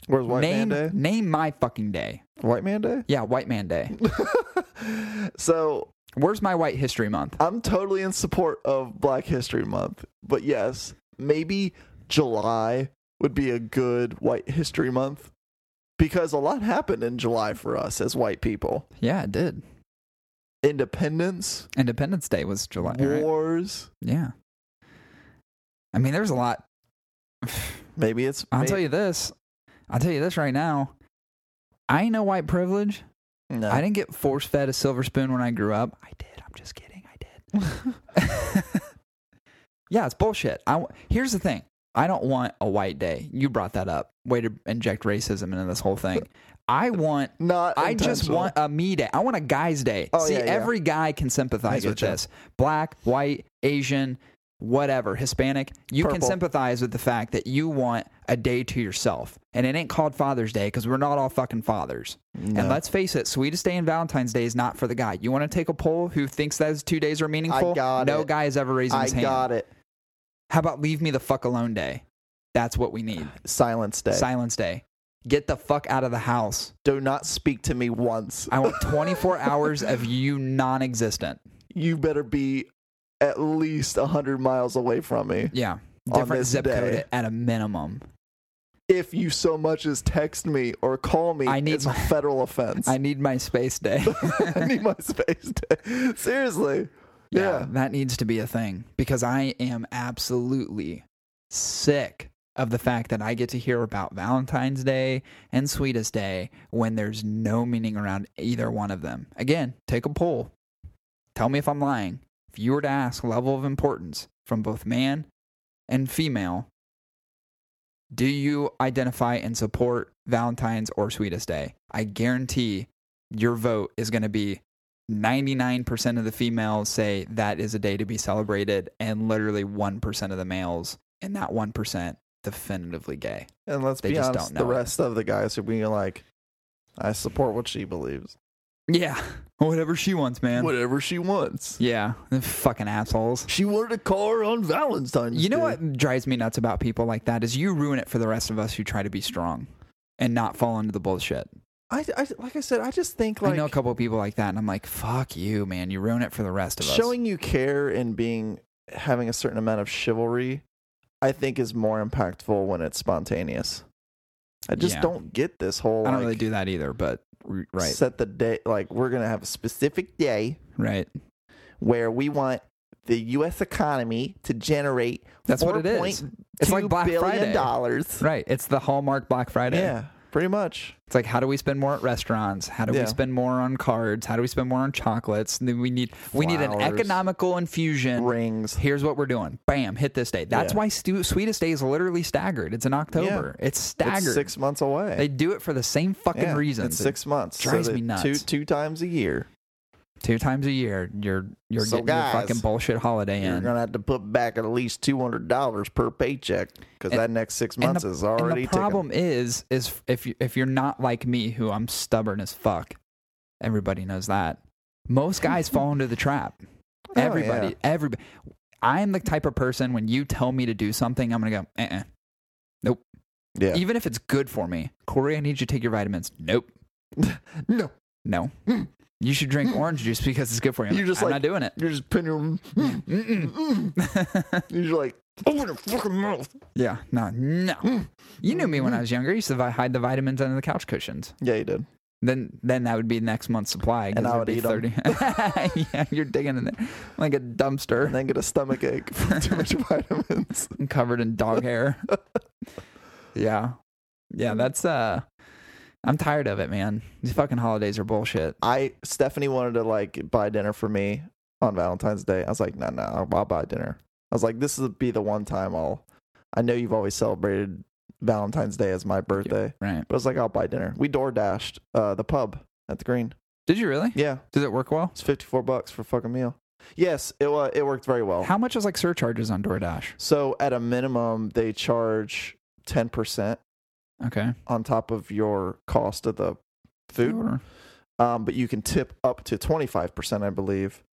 Speaker 1: Where's White Man
Speaker 2: name
Speaker 1: Day?
Speaker 2: name my fucking day.
Speaker 1: [LAUGHS] White Man Day.
Speaker 2: Yeah, White Man Day.
Speaker 1: so
Speaker 2: Where's my White History Month?
Speaker 1: I'm totally in support of Black History Month, but yes, maybe July would be a good White History Month because a lot happened in July for us as white people.
Speaker 2: Yeah, it did.
Speaker 1: Independence,
Speaker 2: Independence Day was July. right?
Speaker 1: wars.
Speaker 2: Yeah. I mean, there's a lot.
Speaker 1: Maybe it's.
Speaker 2: I'll tell you this. I'll tell you this right now. I ain't no white privilege.
Speaker 1: No.
Speaker 2: I didn't get force fed a silver spoon when I grew up. I did. I'm just kidding. I did. [LAUGHS] yeah, it's bullshit. I w- here's the thing. I don't want a white day. You brought that up. Way to inject racism into this whole [LAUGHS] thing. I want.
Speaker 1: Not.
Speaker 2: I just
Speaker 1: intentional.
Speaker 2: want a me day. I want a guy's day.
Speaker 1: Oh,
Speaker 2: See,
Speaker 1: yeah, yeah.
Speaker 2: every guy can sympathize
Speaker 1: I
Speaker 2: with
Speaker 1: getcha.
Speaker 2: this. Black, white, Asian, whatever, Hispanic. You can
Speaker 1: Purple.
Speaker 2: sympathize with the fact that you want a day to yourself, and it ain't called Father's Day because we're not all fucking fathers. And let's face it, Sweetest Day and Valentine's Day is not for the guy. You want to take a poll who thinks those two days are meaningful?
Speaker 1: got
Speaker 2: no
Speaker 1: it.
Speaker 2: guy is ever raising
Speaker 1: I
Speaker 2: his hand.
Speaker 1: got it.
Speaker 2: How about Leave Me the Fuck Alone Day? That's what we need.
Speaker 1: Silence Day.
Speaker 2: Silence Day. Get the fuck out of the house.
Speaker 1: Do not speak to me once.
Speaker 2: I want 24 [LAUGHS] hours of you non existent.
Speaker 1: you better be at least 100 miles away from me.
Speaker 2: Yeah.
Speaker 1: On
Speaker 2: Different
Speaker 1: this
Speaker 2: zip
Speaker 1: day.
Speaker 2: code at a minimum.
Speaker 1: If you so much as text me or call me,
Speaker 2: I need
Speaker 1: it's
Speaker 2: my-
Speaker 1: a federal offense.
Speaker 2: [LAUGHS] I need my space day.
Speaker 1: [LAUGHS] I need my space day. [LAUGHS] Seriously.
Speaker 2: yeah,
Speaker 1: Yeah.
Speaker 2: that needs to be a thing because I am absolutely sick of the fact that I get to hear about Valentine's Day and Sweetest Day when there's no meaning around either one of them. Again, take a poll. Tell me if I'm lying. If you were to ask level of importance from both man and female, do you identify and support Valentine's or Sweetest Day? I guarantee your vote is going to be 99% of the females say that is a day to be celebrated, and literally 1% of the males, and that 1% definitively gay.
Speaker 1: And let's
Speaker 2: They
Speaker 1: be
Speaker 2: just
Speaker 1: honest,
Speaker 2: don't
Speaker 1: the
Speaker 2: know it.
Speaker 1: rest of the guys are being like, I support what she believes.
Speaker 2: Yeah. [LAUGHS] Whatever she wants, man.
Speaker 1: Whatever she wants.
Speaker 2: Yeah. Fucking assholes.
Speaker 1: She wanted a car on Valentine's
Speaker 2: You know
Speaker 1: Day.
Speaker 2: what drives me nuts about people like that is you ruin it for the rest of us who try to be strong and not fall into the bullshit.
Speaker 1: I, I, like I said, I just think like
Speaker 2: I know a couple of people like that, and I'm like, fuck you, man. You ruin it for the rest of us.
Speaker 1: showing you care and being having a certain amount of chivalry i think is more impactful when it's spontaneous i just
Speaker 2: Yeah.
Speaker 1: don't get this whole
Speaker 2: I don't
Speaker 1: like,
Speaker 2: really do that either, but r- right,
Speaker 1: set the day like we're gonna have a specific day
Speaker 2: right.
Speaker 1: where we want the us economy to generate
Speaker 2: That's what it is.
Speaker 1: 4.2
Speaker 2: It's like Black
Speaker 1: billion
Speaker 2: Friday.
Speaker 1: dollars
Speaker 2: Right. It's the hallmark Black Friday.
Speaker 1: yeah pretty much
Speaker 2: It's like, how do we spend more at restaurants? How do
Speaker 1: Yeah.
Speaker 2: we spend more on cards? How do we spend more on chocolates? And then we need we need an
Speaker 1: Flowers.
Speaker 2: economical infusion.
Speaker 1: rings
Speaker 2: Here's what we're doing. Bam, hit this date. That's
Speaker 1: Yeah.
Speaker 2: why Stu- Sweetest Day is literally staggered. It's in October. It's staggered.
Speaker 1: it's six months away
Speaker 2: They do it for the same fucking
Speaker 1: yeah,
Speaker 2: reasons.
Speaker 1: it's six months
Speaker 2: drives
Speaker 1: so that
Speaker 2: me nuts.
Speaker 1: two two times a year
Speaker 2: Two times a year, you're you're
Speaker 1: So
Speaker 2: getting
Speaker 1: guys,
Speaker 2: your fucking bullshit holiday
Speaker 1: You're
Speaker 2: in.
Speaker 1: gonna have to put back at least two hundred dollars per paycheck because
Speaker 2: And-
Speaker 1: that next six
Speaker 2: And
Speaker 1: months
Speaker 2: the-
Speaker 1: is already
Speaker 2: and the problem is is if you, if you're not like me who I'm stubborn as fuck everybody knows that
Speaker 1: [LAUGHS]
Speaker 2: most guys fall into the trap
Speaker 1: Oh,
Speaker 2: everybody
Speaker 1: yeah.
Speaker 2: everybody I'm the type of person when you tell me to do something I'm gonna go uh
Speaker 1: ticking. Yeah.
Speaker 2: even if it's good for me Corey I need you to take your vitamins nope
Speaker 1: no,
Speaker 2: no you should
Speaker 1: [LAUGHS]
Speaker 2: drink orange juice because it's good for you
Speaker 1: Mm. You're just
Speaker 2: I'm
Speaker 1: like-
Speaker 2: not doing it
Speaker 1: you're just pinning
Speaker 2: [LAUGHS]
Speaker 1: them. Mm,
Speaker 2: Mm-mm.
Speaker 1: mm. You're just like open your fucking mouth.
Speaker 2: yeah no no you knew me when I was younger I used to vi- hide the vitamins under the couch cushions
Speaker 1: Yeah, you did.
Speaker 2: Then then that would be next month's supply. 'cause
Speaker 1: And I
Speaker 2: it'd
Speaker 1: would
Speaker 2: be
Speaker 1: eat 'em.
Speaker 2: 30. [LAUGHS] yeah, you're digging in there like a
Speaker 1: And [LAUGHS]
Speaker 2: dumpster
Speaker 1: then get a stomach ache from too
Speaker 2: [LAUGHS]
Speaker 1: much vitamins.
Speaker 2: covered in dog hair. yeah. Yeah,
Speaker 1: Mm.
Speaker 2: that's uh I'm tired of it, man. These fucking holidays are bullshit.
Speaker 1: I Stephanie wanted to like buy dinner for me on Valentine's Day. I was like, no, no, I'll, I'll buy dinner. I was like, this would be the one time I'll. I know you've always celebrated Valentine's Day as my birthday,
Speaker 2: Right.
Speaker 1: but I was like, I'll buy dinner. We door dashed uh, the pub at the Green.
Speaker 2: Did you really?
Speaker 1: Yeah,
Speaker 2: Did it work well?
Speaker 1: It's fifty four bucks for a fucking meal. Yes, it wa it worked very well.
Speaker 2: How much is like surcharges on DoorDash?
Speaker 1: so at a minimum, they charge ten percent
Speaker 2: Okay.
Speaker 1: on top of your cost of the food,
Speaker 2: Order.
Speaker 1: um, but you can tip up to twenty five percent, I believe.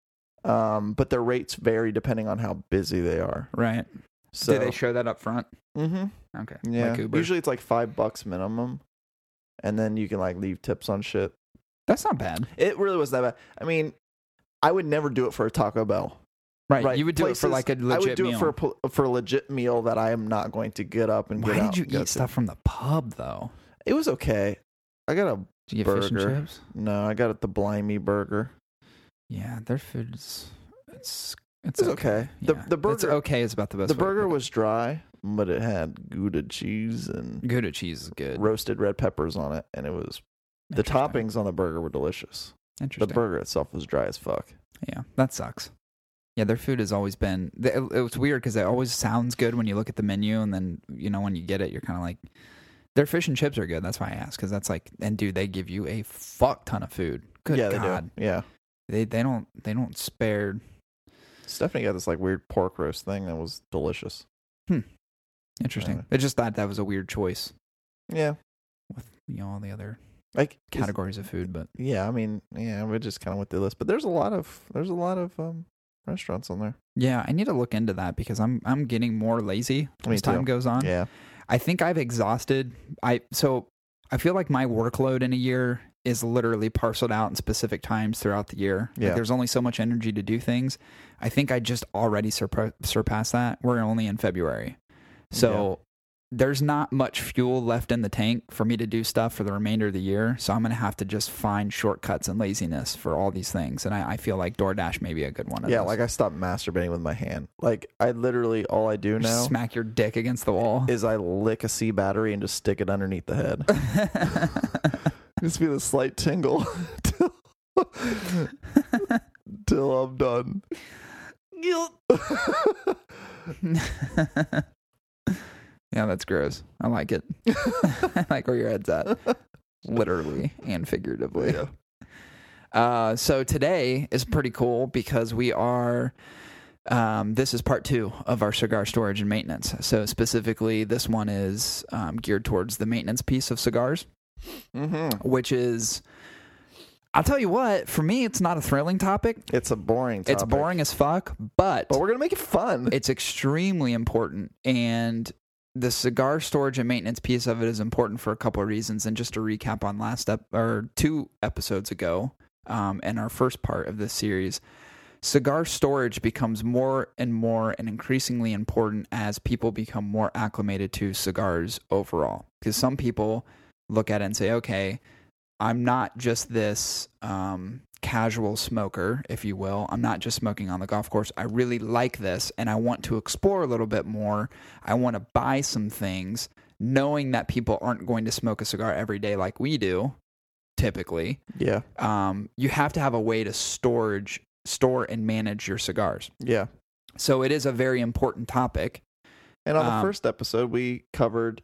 Speaker 1: Um, but their rates vary depending on how busy they are.
Speaker 2: Right.
Speaker 1: So
Speaker 2: Do they show that up front?
Speaker 1: hmm
Speaker 2: Okay.
Speaker 1: yeah,
Speaker 2: Like Uber.
Speaker 1: usually it's like five bucks minimum, and then you can like leave tips on shit.
Speaker 2: that's not bad.
Speaker 1: It really was that bad. I mean, I would never do it for a Taco Bell.
Speaker 2: Right. You would do it for
Speaker 1: Places-
Speaker 2: like a legit
Speaker 1: I would do
Speaker 2: meal.
Speaker 1: it for a, pl- for a legit meal that I am not going to get up and
Speaker 2: Why
Speaker 1: get out
Speaker 2: did you
Speaker 1: and go
Speaker 2: eat
Speaker 1: to.
Speaker 2: stuff from the pub though?
Speaker 1: It was okay. I got a
Speaker 2: Did you get fish and
Speaker 1: Burger.
Speaker 2: chips?
Speaker 1: no. I got it the Blimey burger.
Speaker 2: Yeah, their food's it's it's,
Speaker 1: It was okay. The
Speaker 2: Yeah.
Speaker 1: the
Speaker 2: it's
Speaker 1: burger
Speaker 2: okay is about the best.
Speaker 1: the
Speaker 2: way to
Speaker 1: burger
Speaker 2: put
Speaker 1: was dry, but it had Gouda cheese
Speaker 2: it.
Speaker 1: and
Speaker 2: Gouda cheese is good.
Speaker 1: roasted red peppers on it, and it was the
Speaker 2: Interesting.
Speaker 1: toppings on the burger were delicious. The
Speaker 2: Interesting.
Speaker 1: burger itself was dry as fuck.
Speaker 2: Yeah, that sucks. Yeah, their food has always been. th- It, it was weird because it always sounds good when you look at the menu, and then you know when you get it, you're kind of like, their fish and chips are good. That's why I asked because that's like, and dude, they give you a fuck ton of food. Good
Speaker 1: yeah,
Speaker 2: god,
Speaker 1: they do. Yeah.
Speaker 2: they they don't they don't spare.
Speaker 1: Stephanie got this like weird pork roast thing that was delicious.
Speaker 2: Interesting.
Speaker 1: Anyway.
Speaker 2: I just thought that was a weird choice
Speaker 1: Yeah.
Speaker 2: with you know all the other
Speaker 1: Like is-
Speaker 2: categories of food, but
Speaker 1: Yeah, I mean, yeah, we just kind of went through the list, but there's a lot of there's a lot of um restaurants on there.
Speaker 2: yeah, I need to look into that because I'm I'm getting more lazy
Speaker 1: Me
Speaker 2: as time
Speaker 1: too.
Speaker 2: goes on.
Speaker 1: Yeah.
Speaker 2: I think I've exhausted. I so I feel like my workload in a year is literally parceled out in specific times throughout the year. Like,
Speaker 1: Yeah.
Speaker 2: there's only so much energy to do things. I think I just already surpa- surpassed that. We're only in February, so there's not much fuel left in the tank for me to do stuff for the remainder of the year. So I'm gonna have to just find shortcuts and laziness for all these things. And I, I feel like DoorDash may be a good one. of
Speaker 1: Yeah,
Speaker 2: those.
Speaker 1: like I stopped masturbating with my hand. Like I literally all I do now
Speaker 2: Just smack your dick against the wall.
Speaker 1: is I lick a C battery and just stick it underneath the
Speaker 2: [LAUGHS]
Speaker 1: head. just feel a slight tingle [LAUGHS]
Speaker 2: [LAUGHS]
Speaker 1: till, till I'm done.
Speaker 2: Yeah, that's gross. I like it. [LAUGHS] I like where your head's at, literally and figuratively.
Speaker 1: yeah.
Speaker 2: Uh, so today is pretty cool because we are. Um, this is part two of our cigar storage and maintenance. So specifically, this one is um, geared towards the maintenance piece of cigars,
Speaker 1: [LAUGHS] Mm-hmm.
Speaker 2: which is, I'll tell you what, for me, it's not a thrilling topic.
Speaker 1: It's a boring. Topic,
Speaker 2: It's boring as fuck, but
Speaker 1: but we're gonna make it fun.
Speaker 2: Um, it's extremely important and the cigar storage and maintenance piece of it is important for a couple of reasons and just to recap on last up or two episodes ago um, and our first part of this series cigar storage becomes more and more and increasingly important as people become more acclimated to cigars overall because some people look at it and say okay i'm not just this um, casual smoker if you will i'm not just smoking on the golf course i really like this and i want to explore a little bit more i want to buy some things knowing that people aren't going to smoke a cigar every day like we do typically
Speaker 1: yeah,
Speaker 2: um, you have to have a way to storage store and manage your cigars.
Speaker 1: yeah.
Speaker 2: So it is a very important topic.
Speaker 1: And on the
Speaker 2: Um,
Speaker 1: first episode, we covered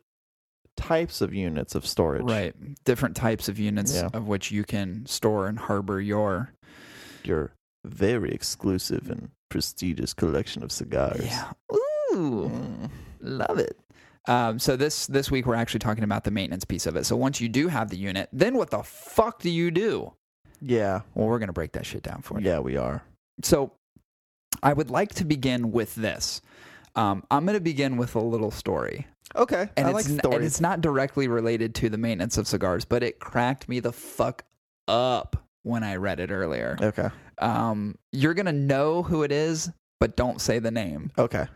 Speaker 1: types of units of storage.
Speaker 2: Right. Different types of units
Speaker 1: Yeah.
Speaker 2: of which you can store and harbor your
Speaker 1: Your very exclusive and prestigious collection of cigars.
Speaker 2: Yeah. Ooh.
Speaker 1: Mm.
Speaker 2: Love it. Um, so this this week we're actually talking about the maintenance piece of it. So once you do have the unit, then what the fuck do you do?
Speaker 1: Yeah.
Speaker 2: Well, we're gonna break that shit down for you.
Speaker 1: Yeah, we are.
Speaker 2: So I would like to begin with this. Um, I'm gonna begin with a little story.
Speaker 1: Okay.
Speaker 2: and,
Speaker 1: I
Speaker 2: it's,
Speaker 1: like
Speaker 2: n-
Speaker 1: stories.
Speaker 2: and it's not directly related to the maintenance of cigars, but it cracked me the fuck up when I read it earlier.
Speaker 1: okay.
Speaker 2: Um, you're gonna know who it is, but don't say the name.
Speaker 1: Okay.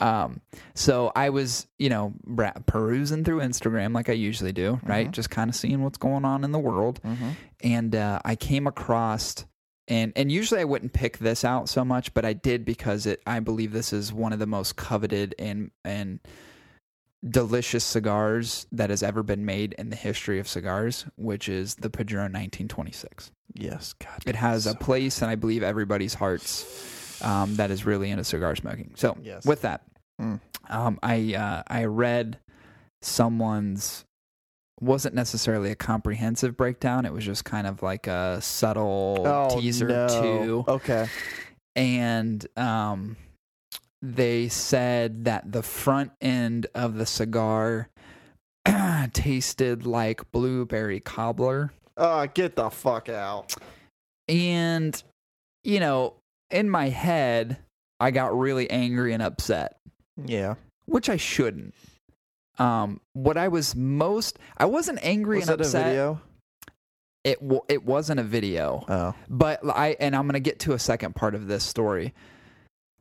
Speaker 2: Um, so I was, you know, bra- perusing through Instagram like I usually do, right?
Speaker 1: Mhm.
Speaker 2: Just kind of seeing what's going on in the world,
Speaker 1: Mm-hmm.
Speaker 2: and uh, I came across. And, and usually I wouldn't pick this out so much, but I did because it I believe this is one of the most coveted and and delicious cigars that has ever been made in the history of cigars, which is the Padron 1926.
Speaker 1: Yes. God.
Speaker 2: It has a
Speaker 1: So-
Speaker 2: place, and I believe everybody's hearts um, that is really into cigar smoking. So,
Speaker 1: Yes.
Speaker 2: with that,
Speaker 1: Mm.
Speaker 2: um, I uh, I read someone's wasn't necessarily a comprehensive breakdown. It was just kind of like a subtle um, teaser
Speaker 1: Oh,
Speaker 2: to
Speaker 1: Okay.
Speaker 2: and um, they said that the front end of the cigar [CLEARS THROAT] tasted like blueberry cobbler.
Speaker 1: Uh, get the fuck out.
Speaker 2: And, you know, in my head, I got really angry and upset,
Speaker 1: Yeah.
Speaker 2: which I shouldn't. Um, what I was most, I wasn't angry
Speaker 1: Was
Speaker 2: and
Speaker 1: that a
Speaker 2: upset.
Speaker 1: video?
Speaker 2: It w- it wasn't a video,
Speaker 1: Oh.
Speaker 2: but I and I'm gonna get to a second part of this story.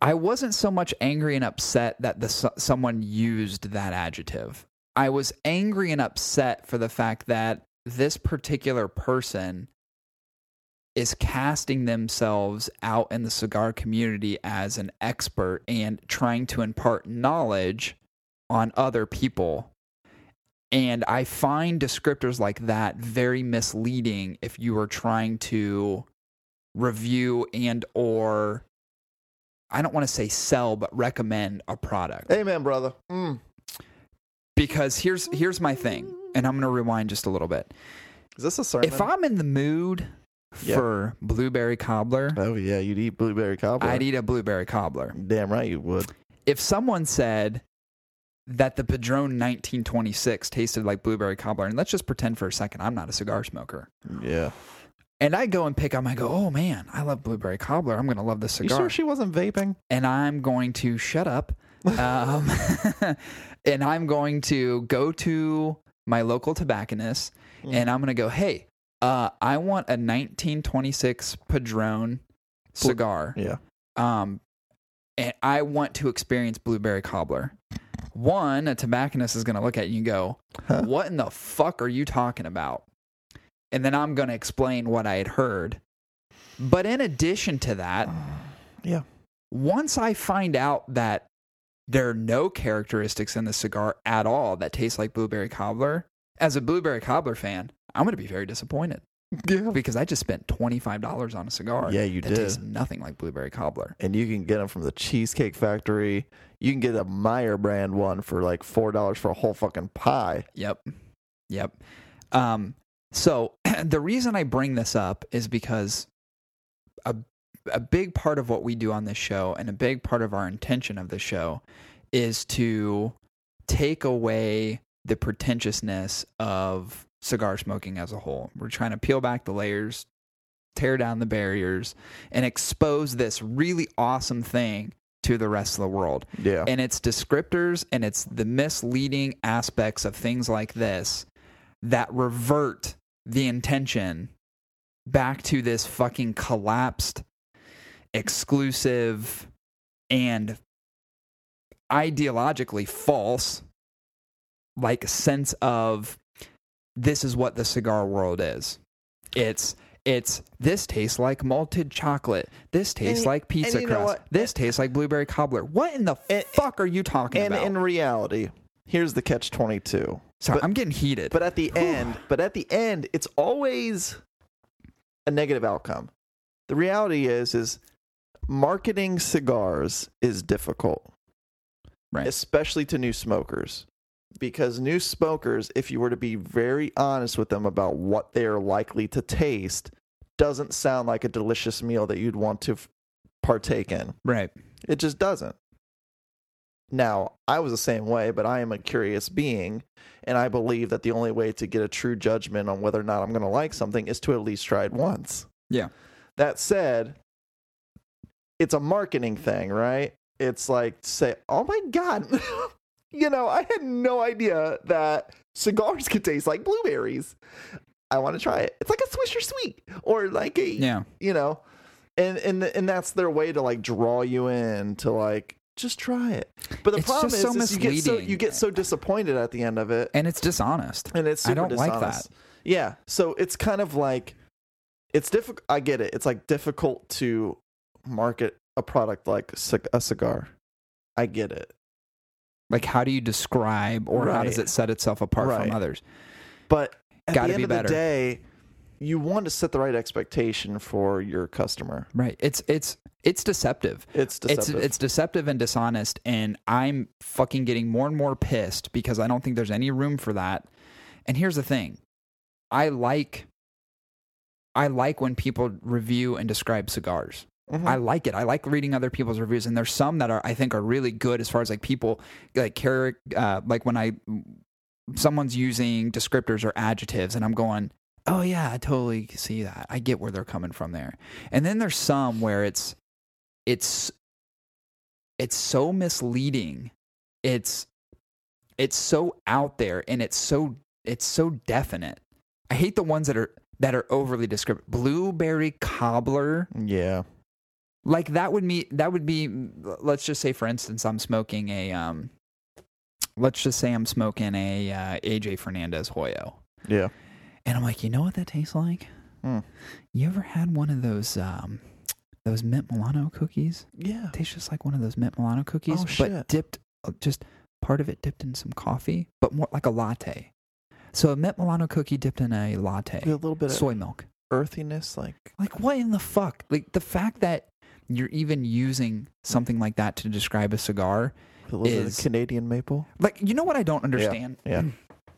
Speaker 2: I wasn't so much angry and upset that the so- someone used that adjective. I was angry and upset for the fact that this particular person is casting themselves out in the cigar community as an expert and trying to impart knowledge on other people. And I find descriptors like that very misleading if you are trying to review and or I don't want to say sell but recommend a product.
Speaker 1: Amen, brother. Mm.
Speaker 2: Because here's here's my thing and I'm going to rewind just a little bit.
Speaker 1: Is this a sermon?
Speaker 2: If I'm in the mood
Speaker 1: Yeah.
Speaker 2: for blueberry cobbler,
Speaker 1: oh yeah, you'd eat blueberry cobbler.
Speaker 2: I'd eat a blueberry cobbler.
Speaker 1: Damn right you would.
Speaker 2: If someone said that the Padron 1926 tasted like blueberry cobbler, and let's just pretend for a second I'm not a cigar smoker,
Speaker 1: Yeah.
Speaker 2: and I go and pick up, I go, oh man, I love blueberry cobbler. I'm going to love this
Speaker 1: You
Speaker 2: cigar.
Speaker 1: sure she wasn't vaping?
Speaker 2: and I'm going to shut up. Um, [LAUGHS] and I'm going to go to my local tobacconist and I'm going to go, hey, uh, I want a 1926 Padron cigar.
Speaker 1: Yeah.
Speaker 2: Um, and I want to experience blueberry cobbler. One, a tobacconist is going to look at you and go,
Speaker 1: Huh.
Speaker 2: what in the fuck are you talking about? And then I'm going to explain what I had heard. But in addition to that,
Speaker 1: Uh, Yeah.
Speaker 2: once I find out that there are no characteristics in the cigar at all that taste like blueberry cobbler, as a blueberry cobbler fan, I'm going to be very disappointed
Speaker 1: Yeah.
Speaker 2: because I just spent $25 on a cigar
Speaker 1: Yeah, you
Speaker 2: that
Speaker 1: did.
Speaker 2: tastes nothing like blueberry cobbler.
Speaker 1: And you can get them from the Cheesecake Factory. You can get a Meyer brand one for like four dollars for a whole fucking pie.
Speaker 2: Yep. Yep. Um, so [CLEARS THROAT] the reason I bring this up is because a a big part of what we do on this show and a big part of our intention of the show is to take away the pretentiousness of cigar smoking as a whole. We're trying to peel back the layers, tear down the barriers, and expose this really awesome thing to the rest of the world
Speaker 1: Yeah.
Speaker 2: and it's descriptors and it's the misleading aspects of things like this that revert the intention back to this fucking collapsed exclusive and ideologically false like sense of this is what the cigar world is it's it's this tastes like malted chocolate this tastes
Speaker 1: And-
Speaker 2: like pizza
Speaker 1: you know
Speaker 2: crust
Speaker 1: what?
Speaker 2: this tastes like blueberry cobbler what in the
Speaker 1: And-
Speaker 2: fuck are you talking
Speaker 1: and
Speaker 2: about?
Speaker 1: in reality, here's the catch twenty two.
Speaker 2: Sorry,
Speaker 1: but-
Speaker 2: I'm getting heated.
Speaker 1: But at the end, but at the end, it's always a negative outcome. The reality is is marketing cigars is difficult.
Speaker 2: Right.
Speaker 1: Especially to new smokers. Because new smokers, if you were to be very honest with them about what they are likely to taste, doesn't sound like a delicious meal that you'd want to f- partake in.
Speaker 2: right,
Speaker 1: It just doesn't. Now, I was the same way, but I am a curious being, and I believe that the only way to get a true judgment on whether or not I'm going to like something is to at least try it once.
Speaker 2: Yeah.
Speaker 1: That said, it's a marketing thing, right? It's like say, "Oh my god, [LAUGHS] you know, I had no idea that cigars [LAUGHS] could taste like blueberries. I want to try it. It's like a Swisher Sweet or like a
Speaker 2: yeah,
Speaker 1: you know and and and that's their way to like draw you in to like just try it but the
Speaker 2: It's
Speaker 1: problem
Speaker 2: just
Speaker 1: is,
Speaker 2: so
Speaker 1: is you get so
Speaker 2: misleading.
Speaker 1: you get so disappointed at the end of it
Speaker 2: and it's dishonest.
Speaker 1: and it's
Speaker 2: I
Speaker 1: super
Speaker 2: don't like
Speaker 1: dishonest. yeah so it's kind of like it's difficult i get it it's like difficult to market a product like cig- a cigar i get it
Speaker 2: Like, how do you describe, or how does
Speaker 1: Right.
Speaker 2: it set itself apart
Speaker 1: Right.
Speaker 2: from others?
Speaker 1: but at
Speaker 2: Gotta
Speaker 1: the end
Speaker 2: be
Speaker 1: of
Speaker 2: better.
Speaker 1: the day you want to set the right expectation for your customer
Speaker 2: Right. It's it's it's deceptive.
Speaker 1: it's deceptive.
Speaker 2: It's it's deceptive and dishonest, and I'm fucking getting more and more pissed because I don't think there's any room for that. And here's the thing, I like. I like when people review and describe cigars.
Speaker 1: Mhm.
Speaker 2: I like it. I like reading other people's reviews, and there's some that are I think are really good as far as like people like care uh, like when I someone's using descriptors or adjectives, and I'm going, oh yeah, I totally see that. I get where they're coming from there. And then there's some where it's it's it's so misleading. It's it's so out there, and it's so it's so definite. I hate the ones that are that are overly descriptive. Blueberry cobbler.
Speaker 1: Yeah.
Speaker 2: Like that would mean that would be let's just say for instance I'm smoking a um let's just say I'm smoking a uh, AJ Fernandez Hoyo.
Speaker 1: Yeah.
Speaker 2: And I'm like, "You know what that tastes like?
Speaker 1: Hmm.
Speaker 2: You ever had one of those um those mint Milano cookies?
Speaker 1: Yeah.
Speaker 2: tastes just like one of those mint Milano cookies,
Speaker 1: Oh,
Speaker 2: but
Speaker 1: shit.
Speaker 2: dipped uh, just part of it dipped in some coffee, but more like a latte. So a mint Milano cookie dipped in a latte,
Speaker 1: A little bit of
Speaker 2: soy milk.
Speaker 1: earthiness, like
Speaker 2: Like what in the fuck? Like the fact that you're even using something like that to describe a cigar.
Speaker 1: a little bit of
Speaker 2: Is-
Speaker 1: Canadian maple.
Speaker 2: Like you know what I don't understand
Speaker 1: Yeah.
Speaker 2: [CLEARS THROAT]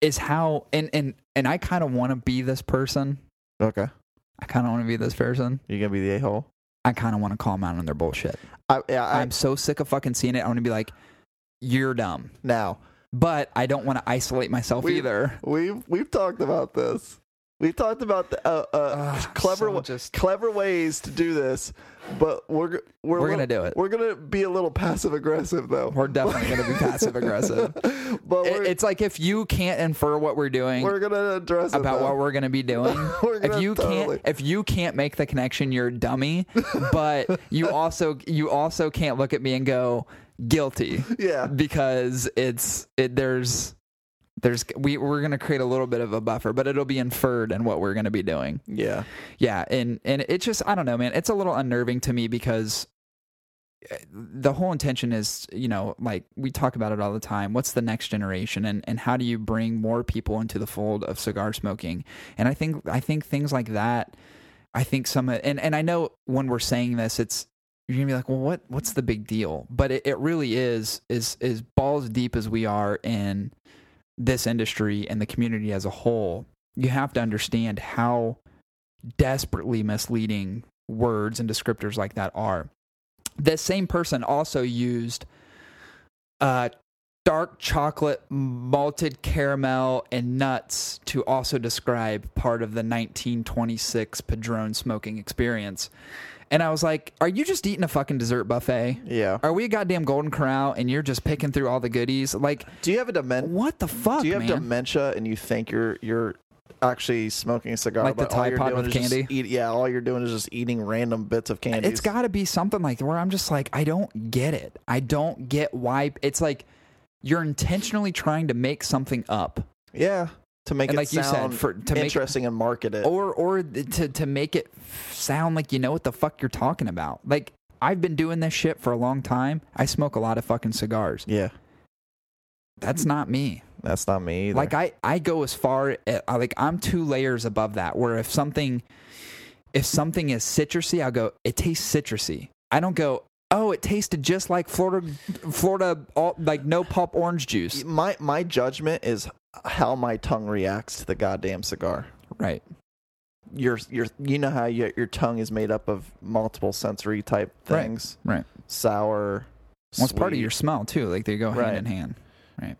Speaker 2: is how and and and I kind of want to be this person.
Speaker 1: Okay.
Speaker 2: I kind of want to be this person.
Speaker 1: You're gonna be the a hole.
Speaker 2: I kind of want to call them out on their bullshit.
Speaker 1: I, yeah, I,
Speaker 2: I'm so sick of fucking seeing it. I want to be like, you're dumb.
Speaker 1: now
Speaker 2: but I don't want to isolate myself
Speaker 1: We-
Speaker 2: either.
Speaker 1: we've we've talked about this. We've talked about the, uh, uh, [SIGHS]
Speaker 2: Ugh,
Speaker 1: clever
Speaker 2: Ah, so
Speaker 1: wa-
Speaker 2: just-
Speaker 1: clever ways to do this, but we're g- we're,
Speaker 2: We're
Speaker 1: li-
Speaker 2: gonna do it.
Speaker 1: We're gonna be a little passive aggressive though.
Speaker 2: We're definitely going to be passive aggressive.
Speaker 1: [LAUGHS] but
Speaker 2: It-
Speaker 1: we're,
Speaker 2: it's like if you can't infer what we're doing
Speaker 1: we're gonna address it,
Speaker 2: about
Speaker 1: though.
Speaker 2: what we're going to be doing,
Speaker 1: [LAUGHS] We're
Speaker 2: if
Speaker 1: gonna
Speaker 2: you
Speaker 1: totally-
Speaker 2: can't if you can't make the connection, you're a dummy. But you also you also can't look at me and go
Speaker 1: [LAUGHS]
Speaker 2: guilty
Speaker 1: [LAUGHS] yeah.
Speaker 2: because it's it, there's there's we we're going to create a little bit of a buffer, but it'll be inferred in what we're going to be doing.
Speaker 1: Yeah.
Speaker 2: yeah and and it just i don't know man it's a little unnerving to me because eh, the whole intention is you know like we talk about it all the time what's the next generation and and how do you bring more people into the fold of cigar smoking and i think i think things like that i think some and and i know when we're saying this it's you're gonna be like well what what's the big deal but it, it really is is is balls deep as we are in this industry and the community as a whole you have to understand how desperately misleading words and descriptors like that are. This same person also used uh, dark chocolate, malted caramel, and nuts to also describe part of the 1926 Padron smoking experience. And I was like, are you just eating a fucking dessert buffet?
Speaker 1: Yeah.
Speaker 2: Are we a goddamn Golden Corral and you're just picking through all the goodies? Like,
Speaker 1: Do you have a dimension?
Speaker 2: what the fuck,
Speaker 1: Do you have
Speaker 2: man?
Speaker 1: dementia and you think you're you're actually smoking a cigar?
Speaker 2: Like the
Speaker 1: but all
Speaker 2: Tide
Speaker 1: you're
Speaker 2: Pod
Speaker 1: doing
Speaker 2: with
Speaker 1: is just
Speaker 2: candy?
Speaker 1: eat- yeah, all you're doing is just eating random bits of candy.
Speaker 2: It's got to be something like where I'm just like, I don't get it. I don't get why it's like you're intentionally trying to make something up,
Speaker 1: yeah to make
Speaker 2: and
Speaker 1: it
Speaker 2: like you
Speaker 1: sound
Speaker 2: said, for to make Oh.
Speaker 1: interesting and market it.
Speaker 2: or or th- to to make it sound like you know what the fuck you're talking about. Like I've been doing this shit for a long time. I smoke a lot of fucking cigars.
Speaker 1: yeah,
Speaker 2: That's not me.
Speaker 1: that's not me either.
Speaker 2: Like I, I go as far a- I- like I'm two layers above that. Where if something, if something is citrusy, I'll go. It tastes citrusy. I don't go. Oh, it tasted just like Florida, Florida, all, like no pulp orange juice.
Speaker 1: my my judgment is how my tongue reacts to the goddamn cigar.
Speaker 2: Right.
Speaker 1: Your your you know how your your tongue is made up of multiple sensory type
Speaker 2: Right,
Speaker 1: things.
Speaker 2: right.
Speaker 1: Sour.
Speaker 2: Well, it's part of
Speaker 1: sweet.
Speaker 2: your smell too. Like they go
Speaker 1: Right.
Speaker 2: hand in hand.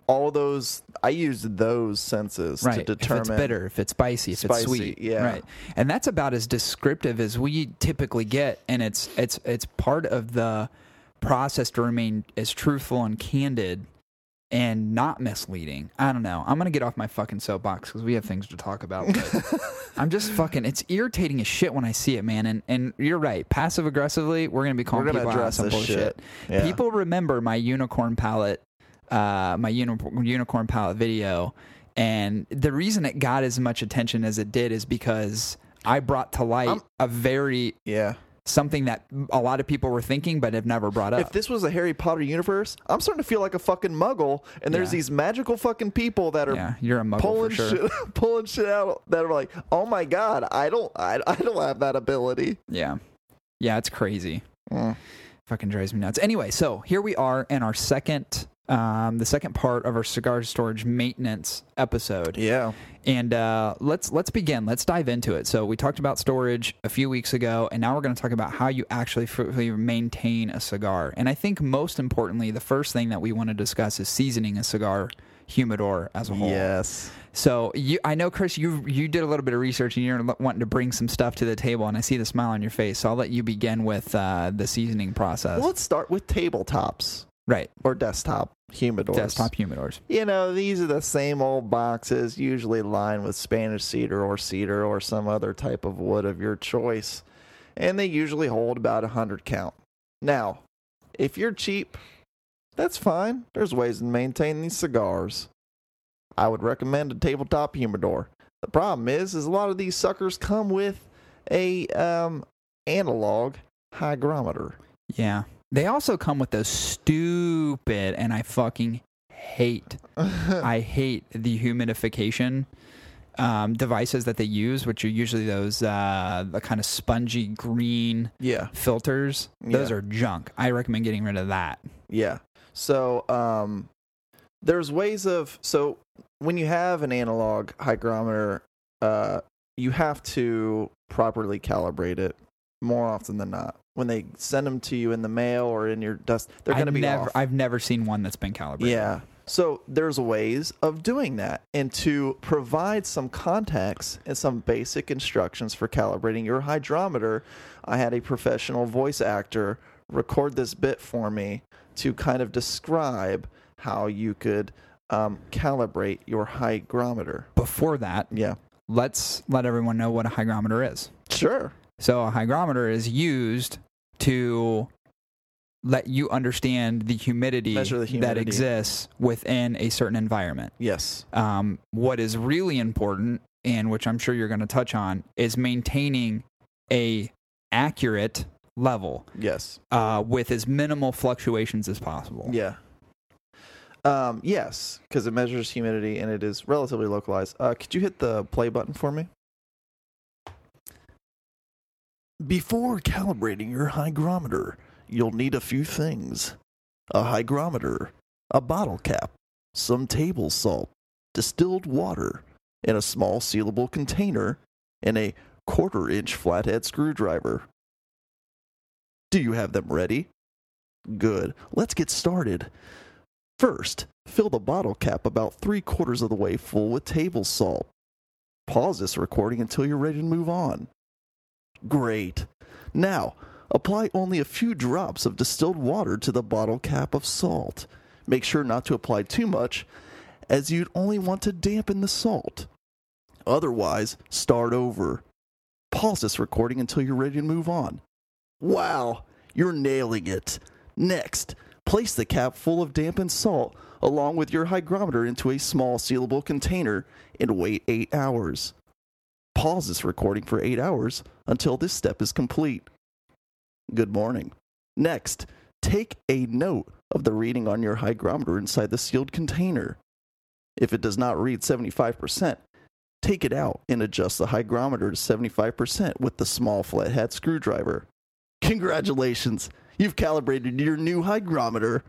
Speaker 1: all those I used those senses
Speaker 2: Right.
Speaker 1: to
Speaker 2: if
Speaker 1: determine
Speaker 2: it's bitter, if it's spicy, if
Speaker 1: Spicy,
Speaker 2: it's sweet.
Speaker 1: yeah.
Speaker 2: Right. And that's about as descriptive as we typically get. And it's it's it's part of the process to remain as truthful and candid and not misleading. I don't know. I'm gonna get off my fucking soapbox because we have things to talk about.
Speaker 1: [LAUGHS]
Speaker 2: but I'm just fucking. It's irritating as shit when I see it, man. And and you're right. Passive aggressively, we're gonna be calling
Speaker 1: gonna
Speaker 2: people out on
Speaker 1: address
Speaker 2: some
Speaker 1: this
Speaker 2: bullshit.
Speaker 1: shit. Yeah.
Speaker 2: People remember my unicorn palette, uh, my uni- unicorn palette video, and the reason it got as much attention as it did is because I brought to light a very
Speaker 1: Yeah.
Speaker 2: something that a lot of people were thinking but have never brought up.
Speaker 1: If this was a Harry Potter universe, I'm starting to feel like a fucking muggle and there's
Speaker 2: Yeah.
Speaker 1: these magical fucking people that are
Speaker 2: yeah, you're a muggle
Speaker 1: pulling
Speaker 2: for sure.
Speaker 1: shit [LAUGHS] pulling shit out that are like, "Oh my god, I don't I, I don't have that ability."
Speaker 2: Yeah, yeah, it's crazy.
Speaker 1: Mm.
Speaker 2: Fucking drives me nuts. Anyway, so here we are in our second. Um, the second part of our cigar storage maintenance episode.
Speaker 1: Yeah.
Speaker 2: And uh, let's let's begin. Let's dive into it. So we talked about storage a few weeks ago, and now we're going to talk about how you actually fully maintain a cigar. And I think most importantly, the first thing that we want to discuss is seasoning a cigar humidor as a whole.
Speaker 1: Yes.
Speaker 2: So you, I know Chris, you you did a little bit of research, and you're lo- wanting to bring some stuff to the table, and I see the smile on your face. So I'll let you begin with uh, the seasoning process.
Speaker 1: Well, let's start with tabletops.
Speaker 2: Right.
Speaker 1: or desktop humidors.
Speaker 2: Desktop humidors.
Speaker 1: You know, these are the same old boxes, usually lined with Spanish cedar or cedar or some other type of wood of your choice, and they usually hold about a 100 count. Now, if you're cheap, that's fine. There's ways to maintain these cigars. I would recommend a tabletop humidor. The problem is, is a lot of these suckers come with a um, analog hygrometer. [LAUGHS]
Speaker 2: Yeah. They also come with those stupid, and I fucking hate, I hate the humidification um, devices that they use, which are usually those uh, the kind of spongy green
Speaker 1: Yeah.
Speaker 2: filters. Those
Speaker 1: Yeah.
Speaker 2: are junk. I recommend getting rid of that.
Speaker 1: Yeah. So um there's ways of so when you have an analog hygrometer, uh you have to properly calibrate it more often than not. When they send them to you in the mail or in your dust, they're going
Speaker 2: I
Speaker 1: to be
Speaker 2: never,
Speaker 1: off.
Speaker 2: I've never seen one that's been calibrated.
Speaker 1: Yeah. So there's ways of doing that and to provide some context and some basic instructions for calibrating your hydrometer, I had a professional voice actor record this bit for me to kind of describe how you could um, calibrate your hygrometer.
Speaker 2: Before that,
Speaker 1: Yeah.
Speaker 2: let's let everyone know what a hygrometer is.
Speaker 1: Sure.
Speaker 2: So a hygrometer is used to let you understand the humidity,
Speaker 1: Measure the
Speaker 2: that
Speaker 1: humidity.
Speaker 2: exists within a certain environment.
Speaker 1: Yes.
Speaker 2: Um, what is really important, and which I'm sure you're going to touch on, is maintaining a accurate level
Speaker 1: Yes.
Speaker 2: uh, with as minimal fluctuations as possible.
Speaker 1: Yeah. Um, yes, because it measures humidity and it is relatively localized. Uh, could you hit the play button for me? Before calibrating your hygrometer, you'll need a few things a hygrometer, a bottle cap, some table salt, distilled water, in a small sealable container, and a quarter inch flathead screwdriver. Do you have them ready? Good. Let's get started. First, fill the bottle cap about three quarters of the way full with table salt. Pause this recording until you're ready to move on. Great. Now, apply only a few drops of distilled water to the bottle cap of salt. Make sure not to apply too much, as you'd only want to dampen the salt. Otherwise, start over. Pause this recording until you're ready to move on. Wow, you're nailing it. Next, place the cap full of dampened salt along with your hygrometer into a small sealable container and wait 8 hours. Pause this recording for 8 hours until this step is complete. Good morning. Next, take a note of the reading on your hygrometer inside the sealed container. If it does not read 75%, take it out and adjust the hygrometer to 75% with the small flathead screwdriver. Congratulations. You've calibrated your new hygrometer.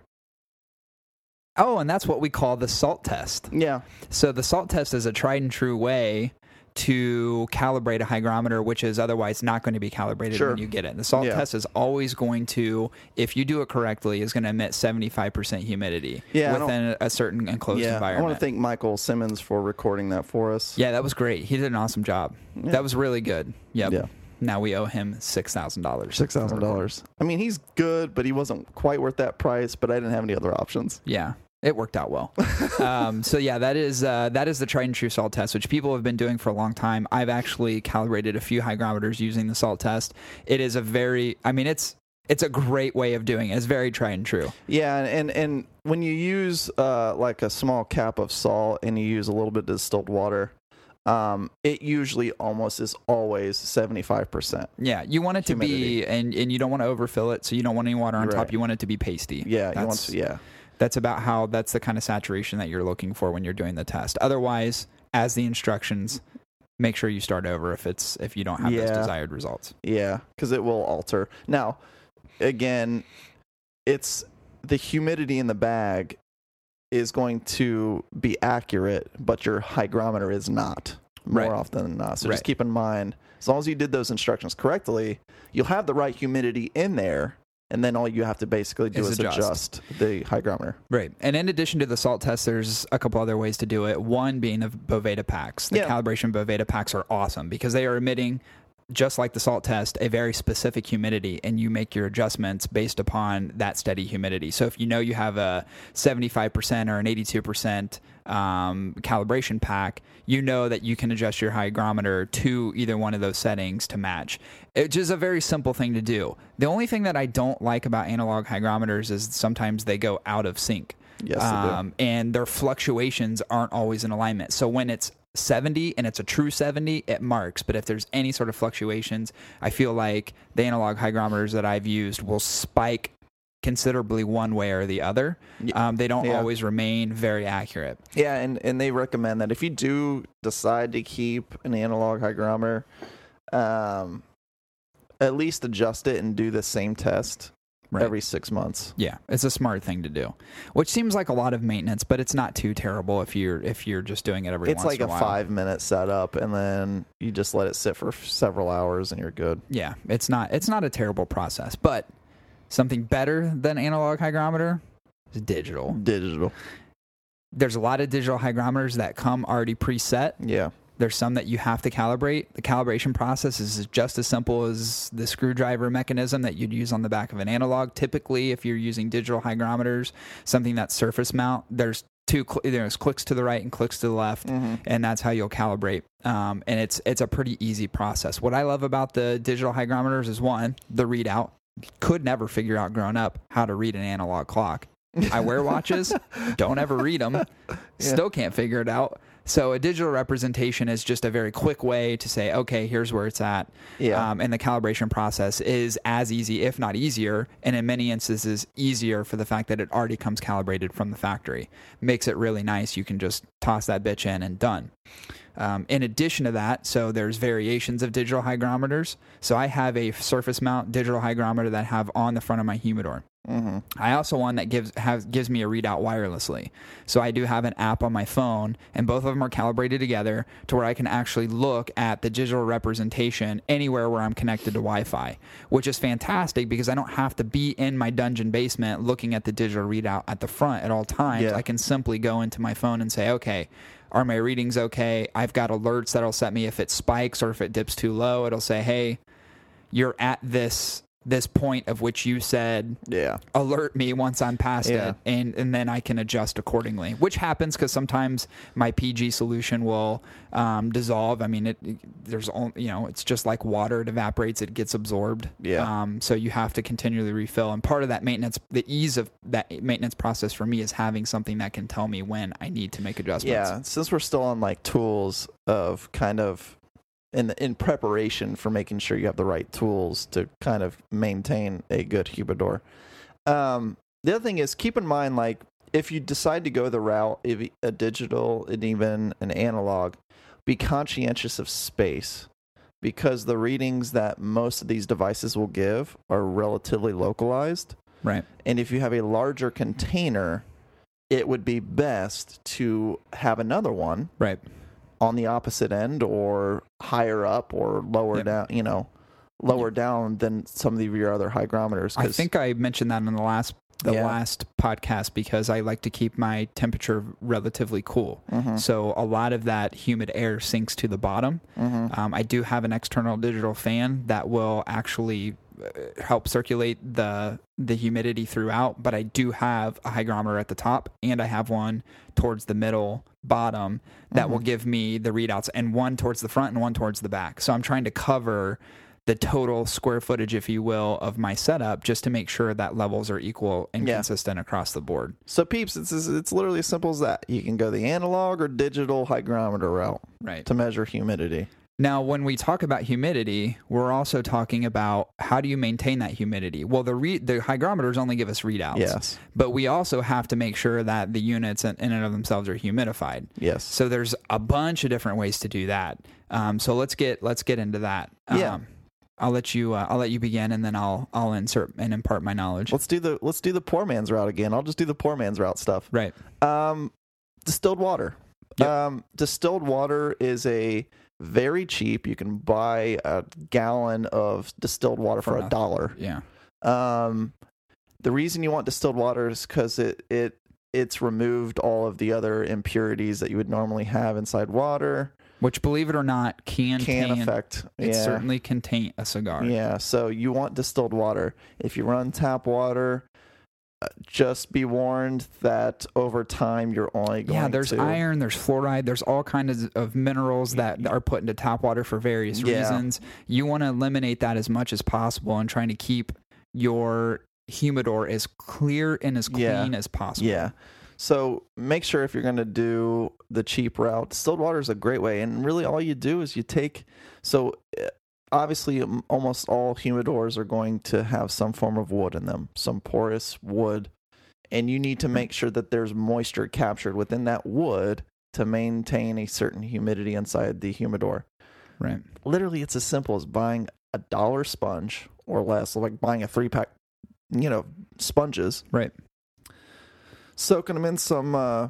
Speaker 2: Oh, and that's what we call the salt test.
Speaker 1: Yeah.
Speaker 2: So the salt test is a tried and true way to calibrate a hygrometer, which is otherwise not going to be calibrated
Speaker 1: Sure.
Speaker 2: when you get it. The salt
Speaker 1: Yeah.
Speaker 2: test is always going to, if you do it correctly, is going to emit seventy five percent humidity
Speaker 1: Yeah, I don't-
Speaker 2: within a certain enclosed
Speaker 1: yeah. I
Speaker 2: environment.
Speaker 1: want to thank Michael Simmons for recording that for us.
Speaker 2: yeah, that was great. He did an awesome job. That was really good. Yep.
Speaker 1: Yeah.
Speaker 2: Now we owe him six thousand dollars.
Speaker 1: Six thousand dollars. I mean, he's good, but he wasn't quite worth that price. But I didn't have any other options.
Speaker 2: Yeah, it worked out well. um, so yeah, that is uh, that is the tried and true salt test, which people have been doing for a long time. I've actually calibrated a few hygrometers using the salt test. It is a very, I mean, it's it's a great way of doing it. It's very tried and true.
Speaker 1: Yeah, and and, and when you use uh, like a small cap of salt and you use a little bit of distilled water, um, it usually almost is always seventy five percent.
Speaker 2: Yeah, you want it to be,
Speaker 1: Humidity.
Speaker 2: and and you don't want to overfill it, so you don't want any water on top.
Speaker 1: Right.
Speaker 2: You want it to be pasty.
Speaker 1: Yeah, you
Speaker 2: that's,
Speaker 1: want to- yeah,
Speaker 2: that's about how that's the kind of saturation that you're looking for when you're doing the test. Otherwise, as the instructions, make sure you start over if it's if you don't have those
Speaker 1: Yeah.
Speaker 2: desired results.
Speaker 1: Yeah, because it will alter. Now, again, it's the humidity in the bag is going to be accurate, but your hygrometer is not more
Speaker 2: Right.
Speaker 1: often than not. So
Speaker 2: Right.
Speaker 1: just keep in mind, as long as you did those instructions correctly, you'll have the right humidity in there. And then all you have to basically do
Speaker 2: Is
Speaker 1: is,
Speaker 2: adjust.
Speaker 1: adjust the hygrometer.
Speaker 2: Right. And in addition to the salt test, there's a couple other ways to do it. One being the Boveda packs. The
Speaker 1: Yeah.
Speaker 2: calibration Boveda packs are awesome because they are emitting just like the salt test, a very specific humidity, and you make your adjustments based upon that steady humidity. So if you know you have a 75% or an 82% um, calibration pack, you know that you can adjust your hygrometer to either one of those settings to match. It's just a very simple thing to do. The only thing that I don't like about analog hygrometers is sometimes they go out of sync. Um,
Speaker 1: Yes, they do.
Speaker 2: and their fluctuations aren't always in alignment. So when it's 70 and it's a true 70, it marks. But if there's any sort of fluctuations, I feel like the analog hygrometers that I've used will spike considerably one way or the other. Um, they don't
Speaker 1: Yeah.
Speaker 2: always remain very accurate.
Speaker 1: Yeah, and, and they recommend that if you do decide to keep an analog hygrometer, um, at least adjust it and do the same test
Speaker 2: Right.
Speaker 1: every six months.
Speaker 2: Yeah, it's a smart thing to do, which seems like a lot of maintenance, but it's not too terrible if you're if you're just doing it every.
Speaker 1: it's like
Speaker 2: once in
Speaker 1: a,
Speaker 2: a, while.
Speaker 1: five minute setup, and then you just let it sit for several hours, and you're good.
Speaker 2: Yeah, it's not it's not a terrible process, but something better than analog hygrometer is
Speaker 1: Hmm.
Speaker 2: digital.
Speaker 1: Digital.
Speaker 2: There's a lot of digital hygrometers that come already preset.
Speaker 1: Yeah.
Speaker 2: There's some that you have to calibrate. The calibration process is just as simple as the screwdriver mechanism that you'd use on the back of an analog. Typically, if you're using digital hygrometers, something that's surface mount, there's two cl- there's clicks to the right and clicks to the left, and that's how you'll calibrate. Um, and it's it's a pretty easy process. What I love about the digital hygrometers is one, the readout. Could never figure out grown up how to read an analog clock. I wear watches, don't ever read them, still can't figure it out. So a digital representation is just a very quick way to say, okay, here's where it's at.
Speaker 1: Yeah.
Speaker 2: Um, and the calibration process is as easy, if not easier, and in many instances easier for the fact that it already comes calibrated from the factory. Makes it really nice. You can just toss that bitch in and done. Um, in addition to that, so there's variations of digital hygrometers. So I have a surface mount digital hygrometer that I have on the front of my humidor. I also one that gives has, gives me a readout wirelessly. So I do have an app on my phone, and both of them are calibrated together to where I can actually look at the digital representation anywhere where I'm connected to Wi-Fi, which is fantastic because I don't have to be in my dungeon basement looking at the digital readout at the front at all times.
Speaker 1: Yeah.
Speaker 2: I can simply go into my phone and say, okay. Are my readings okay? I've got alerts that'll set me if it spikes or if it dips too low. It'll say, "Hey, you're at this this point of which you said
Speaker 1: [LAUGHS] Yeah.
Speaker 2: alert me once I'm past
Speaker 1: Yeah.
Speaker 2: it, and and then I can adjust accordingly. Which happens because sometimes my PG solution will um, dissolve. I mean, it, it- there's only you know it's just like water; it evaporates, it gets absorbed.
Speaker 1: Yeah.
Speaker 2: Um, so you have to continually refill, and part of that maintenance, the ease of that maintenance process for me is having something that can tell me when I need to make adjustments.
Speaker 1: Yeah. Since we're still on like tools of kind of in in preparation for making sure you have the right tools to kind of maintain a good humidor. Um, the other thing is keep in mind like if you decide to go the route of e, a digital and even an analog, be conscientious of space because the readings that most of these devices will give are relatively localized.
Speaker 2: Right.
Speaker 1: And if you have a larger container, it would be best to have another one
Speaker 2: Right.
Speaker 1: on the opposite end or higher up or lower
Speaker 2: Yep.
Speaker 1: down, you know, lower down than some of your other hygrometers.
Speaker 2: I
Speaker 1: 'cause-
Speaker 2: think I mentioned that in the last the
Speaker 1: Yeah.
Speaker 2: last podcast because I like to keep my temperature relatively cool.
Speaker 1: Mm-hmm.
Speaker 2: So a lot of that humid air sinks to the bottom.
Speaker 1: Mm-hmm.
Speaker 2: Um, I do have an external digital fan that will actually uh, help circulate the the humidity throughout, but I do have a hygrometer at the top and I have one towards the middle bottom that will give me the readouts and one towards the front and one towards the back. So I'm trying to cover the total square footage, if you will, of my setup just to make sure that levels are equal and
Speaker 1: Yeah.
Speaker 2: consistent across the board.
Speaker 1: so, peeps, it's, it's it's literally as simple as that. You can go the analog or digital hygrometer route
Speaker 2: Right.
Speaker 1: to measure humidity.
Speaker 2: Now, when we talk about humidity, we're also talking about how do you maintain that humidity? Well, the re- the hygrometers only give us readouts.
Speaker 1: Yes.
Speaker 2: But we also have to make sure that the units in in and of themselves are humidified.
Speaker 1: Yes.
Speaker 2: So there's a bunch of different ways to do that. Um, so let's get let's get into that.
Speaker 1: Yeah.
Speaker 2: Um, I'll let you uh, I'll let you begin, and then I'll I'll insert and impart my knowledge.
Speaker 1: Let's do the let's do the poor man's route again. I'll just do the poor man's route stuff.
Speaker 2: right.
Speaker 1: Um, distilled water.
Speaker 2: Yep.
Speaker 1: Um, distilled water is a very cheap. You can buy a gallon of distilled water for a
Speaker 2: nothing.
Speaker 1: dollar.
Speaker 2: Yeah.
Speaker 1: Um, the reason you want distilled water is because it it it's removed all of the other impurities that you would normally have inside water.
Speaker 2: which, believe it or not, can
Speaker 1: Can
Speaker 2: taint-
Speaker 1: affect.
Speaker 2: It
Speaker 1: yeah.
Speaker 2: certainly can taint a cigar.
Speaker 1: Yeah, so you want distilled water. If you run tap water, uh, just be warned that over time you're only going
Speaker 2: Yeah, there's
Speaker 1: to
Speaker 2: iron, there's fluoride, there's all kinds of minerals that are put into tap water for various
Speaker 1: Yeah.
Speaker 2: reasons. You want to eliminate that as much as possible and trying to keep your humidor as clear and as clean
Speaker 1: Yeah.
Speaker 2: as possible.
Speaker 1: Yeah. So make sure if you're going to do the cheap route, distilled water is a great way. And really, all you do is you take. So eh, obviously, um, almost all humidors are going to have some form of wood in them, some porous wood. And you need to make sure that there's moisture captured within that wood to maintain a certain humidity inside the humidor.
Speaker 2: Right.
Speaker 1: Literally, it's as simple as buying a dollar sponge or less, like buying a three pack, you know, sponges
Speaker 2: Right.
Speaker 1: soaking them in some uh,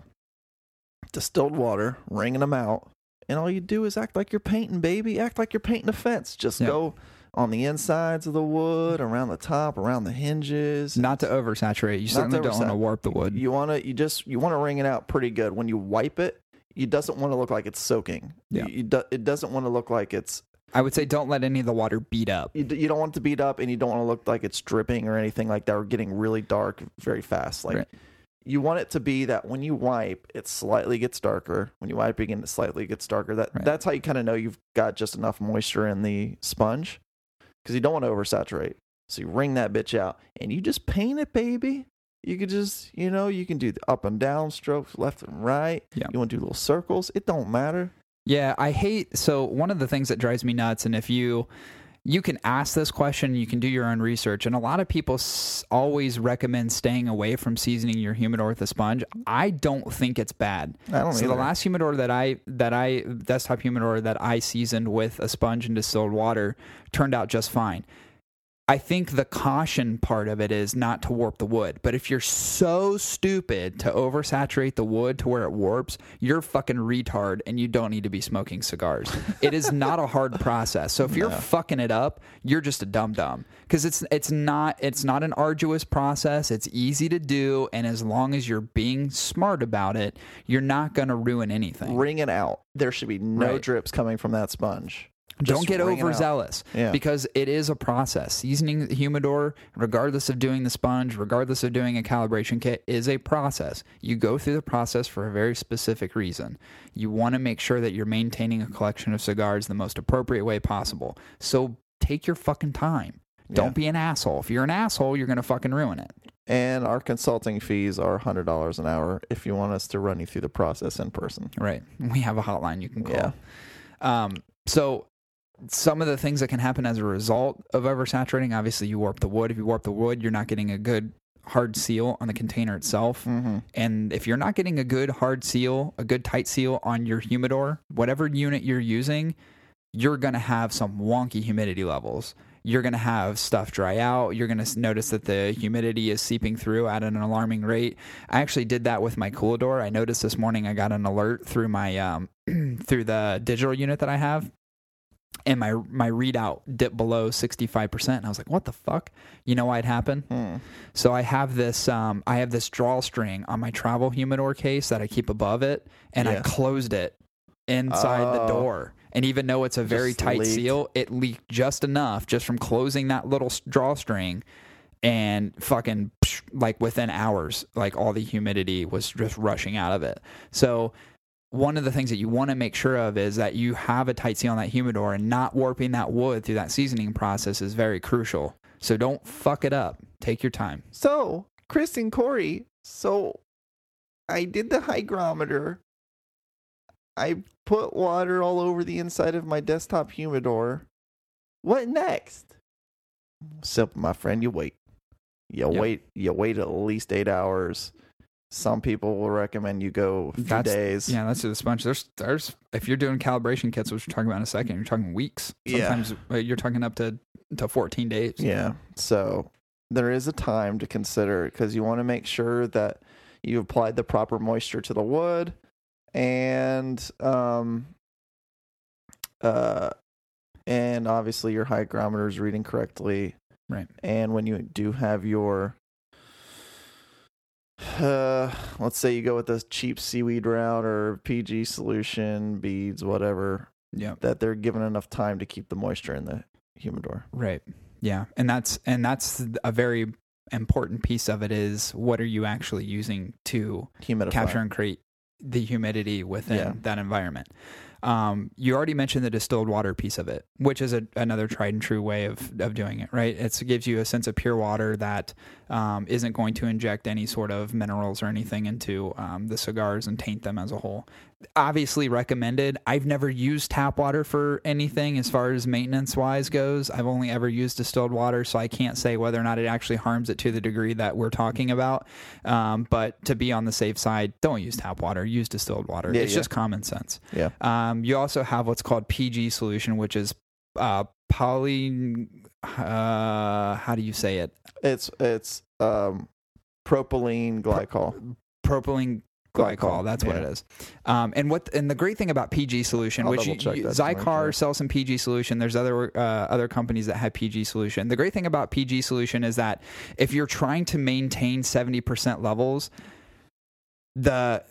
Speaker 1: distilled water, wringing them out, and all you do is act like you're painting, baby. Act like you're painting a fence. Just
Speaker 2: Yeah.
Speaker 1: go on the insides of the wood, around the top, around the hinges.
Speaker 2: Not to oversaturate. You
Speaker 1: to
Speaker 2: certainly don't want to
Speaker 1: oversat-
Speaker 2: warp the wood.
Speaker 1: You want to, you just, you want to wring it out pretty good. When you wipe it, it doesn't want to look like it's soaking.
Speaker 2: Yeah.
Speaker 1: You, you do, it doesn't want to look like it's.
Speaker 2: I would say don't let any of the water beat up.
Speaker 1: You, d- you don't want it to beat up, and you don't want to look like it's dripping or anything like that, or getting really dark very fast. Like
Speaker 2: Right.
Speaker 1: you want it to be that when you wipe, it slightly gets darker. When you wipe again, it slightly gets darker. That
Speaker 2: Right.
Speaker 1: that's how you kind of know you've got just enough moisture in the sponge, because you don't want to oversaturate. So you wring that bitch out, and you just paint it, baby. You could just, you know, you can do the up and down strokes, left and right.
Speaker 2: Yeah.
Speaker 1: You want to do little circles. It don't matter.
Speaker 2: Yeah, I hate so one of the things that drives me nuts and if you you can ask this question, you can do your own research and a lot of people s- always recommend staying away from seasoning your humidor with a sponge. I don't think it's bad.
Speaker 1: I don't.
Speaker 2: So
Speaker 1: either.
Speaker 2: the last humidor that I that I desktop humidor that I seasoned with a sponge and distilled water turned out just fine. I think the caution part of it is not to warp the wood. But if you're so stupid to oversaturate the wood to where it warps, you're fucking retard and you don't need to be smoking cigars. It is not a hard process. So if you're fucking it up, you're just a dumb dumb because it's it's not it's not an arduous process. It's easy to do and as long as you're being smart about it, you're not going to ruin anything.
Speaker 1: wring it out. There should be no
Speaker 2: Right.
Speaker 1: drips coming from that sponge. Just
Speaker 2: don't get
Speaker 1: wring it out.
Speaker 2: overzealous
Speaker 1: Yeah.
Speaker 2: because it is a process. Seasoning the humidor, regardless of doing the sponge, regardless of doing a calibration kit, is a process. You go through the process for a very specific reason. You want to make sure that you're maintaining a collection of cigars the most appropriate way possible. So take your fucking time.
Speaker 1: Yeah.
Speaker 2: Don't be an asshole. If you're an asshole, you're going to fucking ruin it.
Speaker 1: And our consulting fees are hundred dollars an hour if you want us to run you through the process in person.
Speaker 2: Right. We have a hotline you can call.
Speaker 1: Yeah.
Speaker 2: Um, so some of the things that can happen as a result of oversaturating, obviously you warp the wood. If you warp the wood, you're not getting a good hard seal on the container itself.
Speaker 1: Mm-hmm.
Speaker 2: And if you're not getting a good hard seal, a good tight seal on your humidor, whatever unit you're using, you're going to have some wonky humidity levels. You're going to have stuff dry out. You're going to notice that the humidity is seeping through at an alarming rate. I actually did that with my Coolador. I noticed this morning I got an alert through my um, [CLEARS THROAT] through the digital unit that I have and my my readout dipped below 65% and I was like, "What the fuck?" You know why it happened?
Speaker 1: Hmm.
Speaker 2: So I have this um, I have this drawstring on my travel humidor case that I keep above it, and I
Speaker 1: Yeah.
Speaker 2: closed it inside the
Speaker 1: Oh.
Speaker 2: door. And even though it's a very
Speaker 1: Just
Speaker 2: tight
Speaker 1: leaked.
Speaker 2: seal, it leaked just enough just from closing that little s- drawstring, and fucking psh, like within hours, like all the humidity was just rushing out of it. So one of the things that you want to make sure of is that you have a tight seal on that humidor and not warping that wood through that seasoning process is very crucial. So don't fuck it up. Take your time.
Speaker 1: So, Chris and Corey, so I did the hygrometer. I put water all over the inside of my desktop humidor. What next? Simple, my friend. You wait. You
Speaker 2: Yep.
Speaker 1: wait. You wait at least eight hours. Some people will recommend you go a few
Speaker 2: That's-
Speaker 1: days.
Speaker 2: Yeah, that's the sponge. There's, there's, if you're doing calibration kits, which we're talking about in a second, you're talking weeks.
Speaker 1: Yeah.
Speaker 2: Sometimes uh, you're talking up to, to 14 days.
Speaker 1: Yeah. So there is a time to consider because you want to make sure that you applied the proper moisture to the wood and um uh and obviously your hygrometer is reading correctly.
Speaker 2: Right.
Speaker 1: And when you do have your uh, let's say you go with this cheap seaweed route or PG solution, beads, whatever,
Speaker 2: Yeah.
Speaker 1: that they're given enough time to keep the moisture in the humidor.
Speaker 2: Right. Yeah. And that's and that's a very important piece of it is what are you actually using to
Speaker 1: Humidifier.
Speaker 2: capture and create the humidity within
Speaker 1: Yeah.
Speaker 2: that environment. Um, you already mentioned the distilled water piece of it, which is a, another tried and true way of, of doing it, right? It's, it gives you a sense of pure water that um, isn't going to inject any sort of minerals or anything into um, the cigars and taint them as a whole. Obviously recommended. I've never used tap water for anything as far as maintenance wise goes. I've only ever used distilled water, so I can't say whether or not it actually harms it to the degree that we're talking about. Um, but to be on the safe side, don't use tap water, use distilled water.
Speaker 1: Yeah,
Speaker 2: it's
Speaker 1: yeah.
Speaker 2: just common sense.
Speaker 1: Yeah.
Speaker 2: Um, you also have what's called PG solution, which is uh, poly. Uh, how do you say it?
Speaker 1: It's it's um, propylene glycol.
Speaker 2: Propylene glycol.
Speaker 1: Glycol,
Speaker 2: That's what
Speaker 1: yeah.
Speaker 2: it is. Um, and what and the great thing about PG solution,
Speaker 1: I'll
Speaker 2: which you,
Speaker 1: double-check
Speaker 2: you-
Speaker 1: that to make sure.
Speaker 2: Zycar sells some PG solution. There's other uh, other companies that have PG solution. The great thing about PG solution is that if you're trying to maintain seventy percent levels, the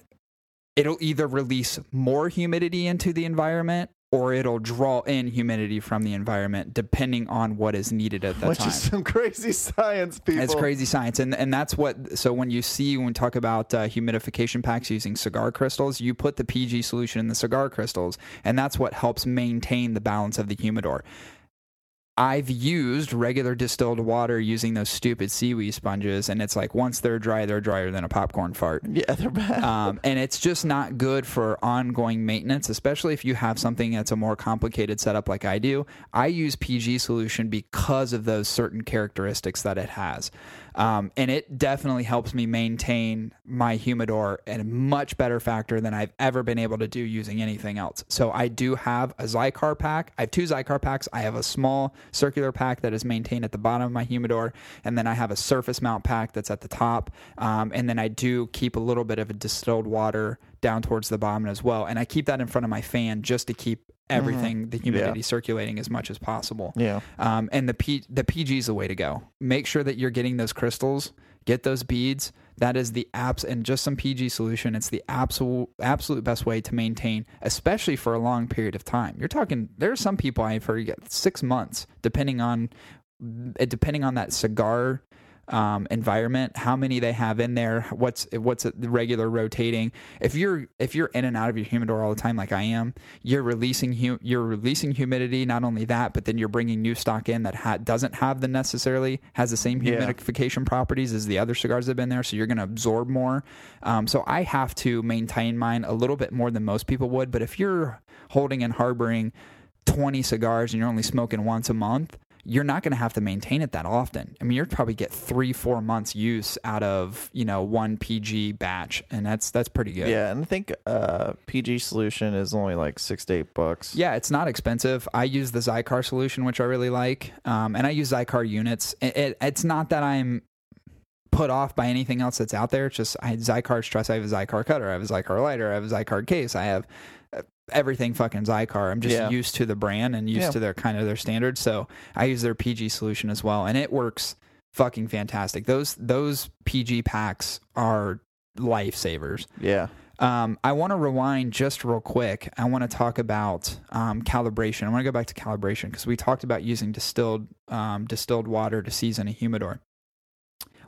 Speaker 2: it'll either release more humidity into the environment or it'll draw in humidity from the environment depending on what is needed at that
Speaker 1: Which
Speaker 2: time.
Speaker 1: is [LAUGHS] some crazy science, people.
Speaker 2: It's crazy science, and and that's what. So when you see when we talk about uh, humidification packs using cigar crystals, you put the PG solution in the cigar crystals, and that's what helps maintain the balance of the humidor. I've used regular distilled water using those stupid seaweed sponges, and it's like once they're dry, they're drier than a popcorn fart.
Speaker 1: Yeah, they're bad.
Speaker 2: [LAUGHS] Um, and it's just not good for ongoing maintenance, especially if you have something that's a more complicated setup like I do. I use PG solution because of those certain characteristics that it has. Um, and it definitely helps me maintain my humidor at a much better factor than I've ever been able to do using anything else. So I do have a Zycar pack. I have two Zycar packs. I have a small circular pack that is maintained at the bottom of my humidor, and then I have a surface mount pack that's at the top. Um, and then I do keep a little bit of a distilled water down towards the bottom as well. And I keep that in front of my fan just to keep everything, the humidity circulating as much as possible.
Speaker 1: yeah.
Speaker 2: Um, and the P, the PG is the way to go. Make sure that you're getting those crystals, get those beads. That is the apps and just some PG solution. It's the absolute absolute best way to maintain, especially for a long period of time. You're talking. There are some people I forget six months, depending on eh, depending on that cigar um, environment, how many they have in there, what's what's the regular rotating. If you're if you're in and out of your humidor all the time, like I am, you're releasing hu- you're releasing humidity. Not only that, but then you're bringing new stock in that ha- doesn't have the necessarily has the same
Speaker 1: Yeah.
Speaker 2: humidification properties as the other cigars that have been there. So you're going to absorb more. Um, so I have to maintain mine a little bit more than most people would. But if you're holding and harboring 20 cigars and you're only smoking once a month, you're not going to have to maintain it that often. I mean, you'll probably get three, four months use out of you know one PG batch, and that's that's pretty good.
Speaker 1: Yeah, and I think uh, PG solution is only like six to eight bucks.
Speaker 2: Yeah, it's not expensive. I use the Zycar solution, which I really like, um, and I use Zycar units. It, it, it's not that I'm put off by anything else that's out there. It's just I had Zycar stress. I have a Zycar cutter. I have a Zycar lighter. I have a Zycar case. I have uh, everything fucking Zycar. I'm just
Speaker 1: Yeah.
Speaker 2: used to the brand and used
Speaker 1: Yeah.
Speaker 2: to their kind of their standards. So I use their PG solution as well, and it works fucking fantastic. Those those PG packs are lifesavers.
Speaker 1: Yeah.
Speaker 2: Um, I want to rewind just real quick. I want to talk about um, calibration. I want to go back to calibration because we talked about using distilled um, distilled water to season a humidor.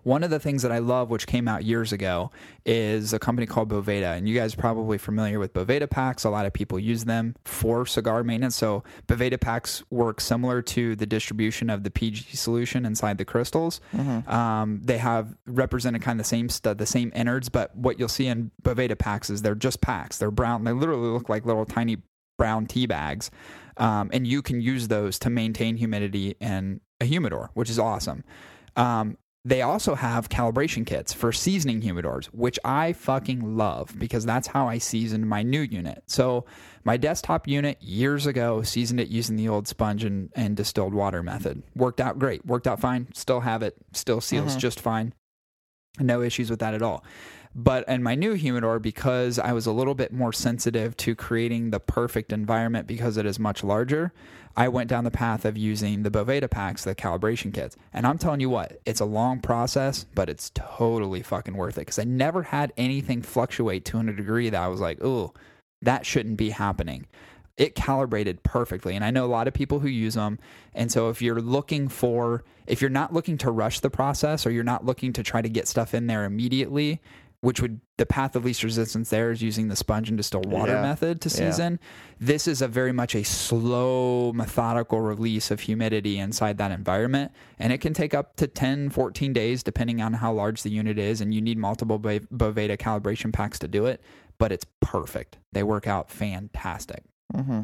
Speaker 2: One of the things that I love, which came out years ago, is a company called Boveda. And you guys are probably familiar with Boveda packs. A lot of people use them for cigar maintenance. So Boveda packs work similar to the distribution of the PG solution inside the crystals. Um, they have represented kind of the same stu- the same innards, but what you'll see in Boveda packs is they're just packs. They're brown. They literally look like little tiny brown tea bags. Um, and you can use those to maintain humidity in a humidor, which is awesome. Um, they also have calibration kits for seasoning humidors, which I fucking love because that's how I seasoned my new unit. So, my desktop unit years ago seasoned it using the old sponge and, and distilled water method. Worked out great, worked out fine. Still have it, still seals just fine. No issues with that at all. But in my new humidor, because I was a little bit more sensitive to creating the perfect environment because it is much larger, I went down the path of using the Boveda packs, the calibration kits. And I'm telling you what, it's a long process, but it's totally fucking worth it because I never had anything fluctuate to a degree that I was like, ooh, that shouldn't be happening. It calibrated perfectly. And I know a lot of people who use them. And so if you're looking for, if you're not looking to rush the process or you're not looking to try to get stuff in there immediately, which would the path of least resistance there is using the sponge and distilled water
Speaker 1: Yeah.
Speaker 2: method to
Speaker 1: Yeah.
Speaker 2: season. This is a very much a slow, methodical release of humidity inside that environment. And it can take up to 10, 14 days, depending on how large the unit is. And you need multiple Bo- Boveda calibration packs to do it, but it's perfect. They work out fantastic.
Speaker 1: Mm-hmm.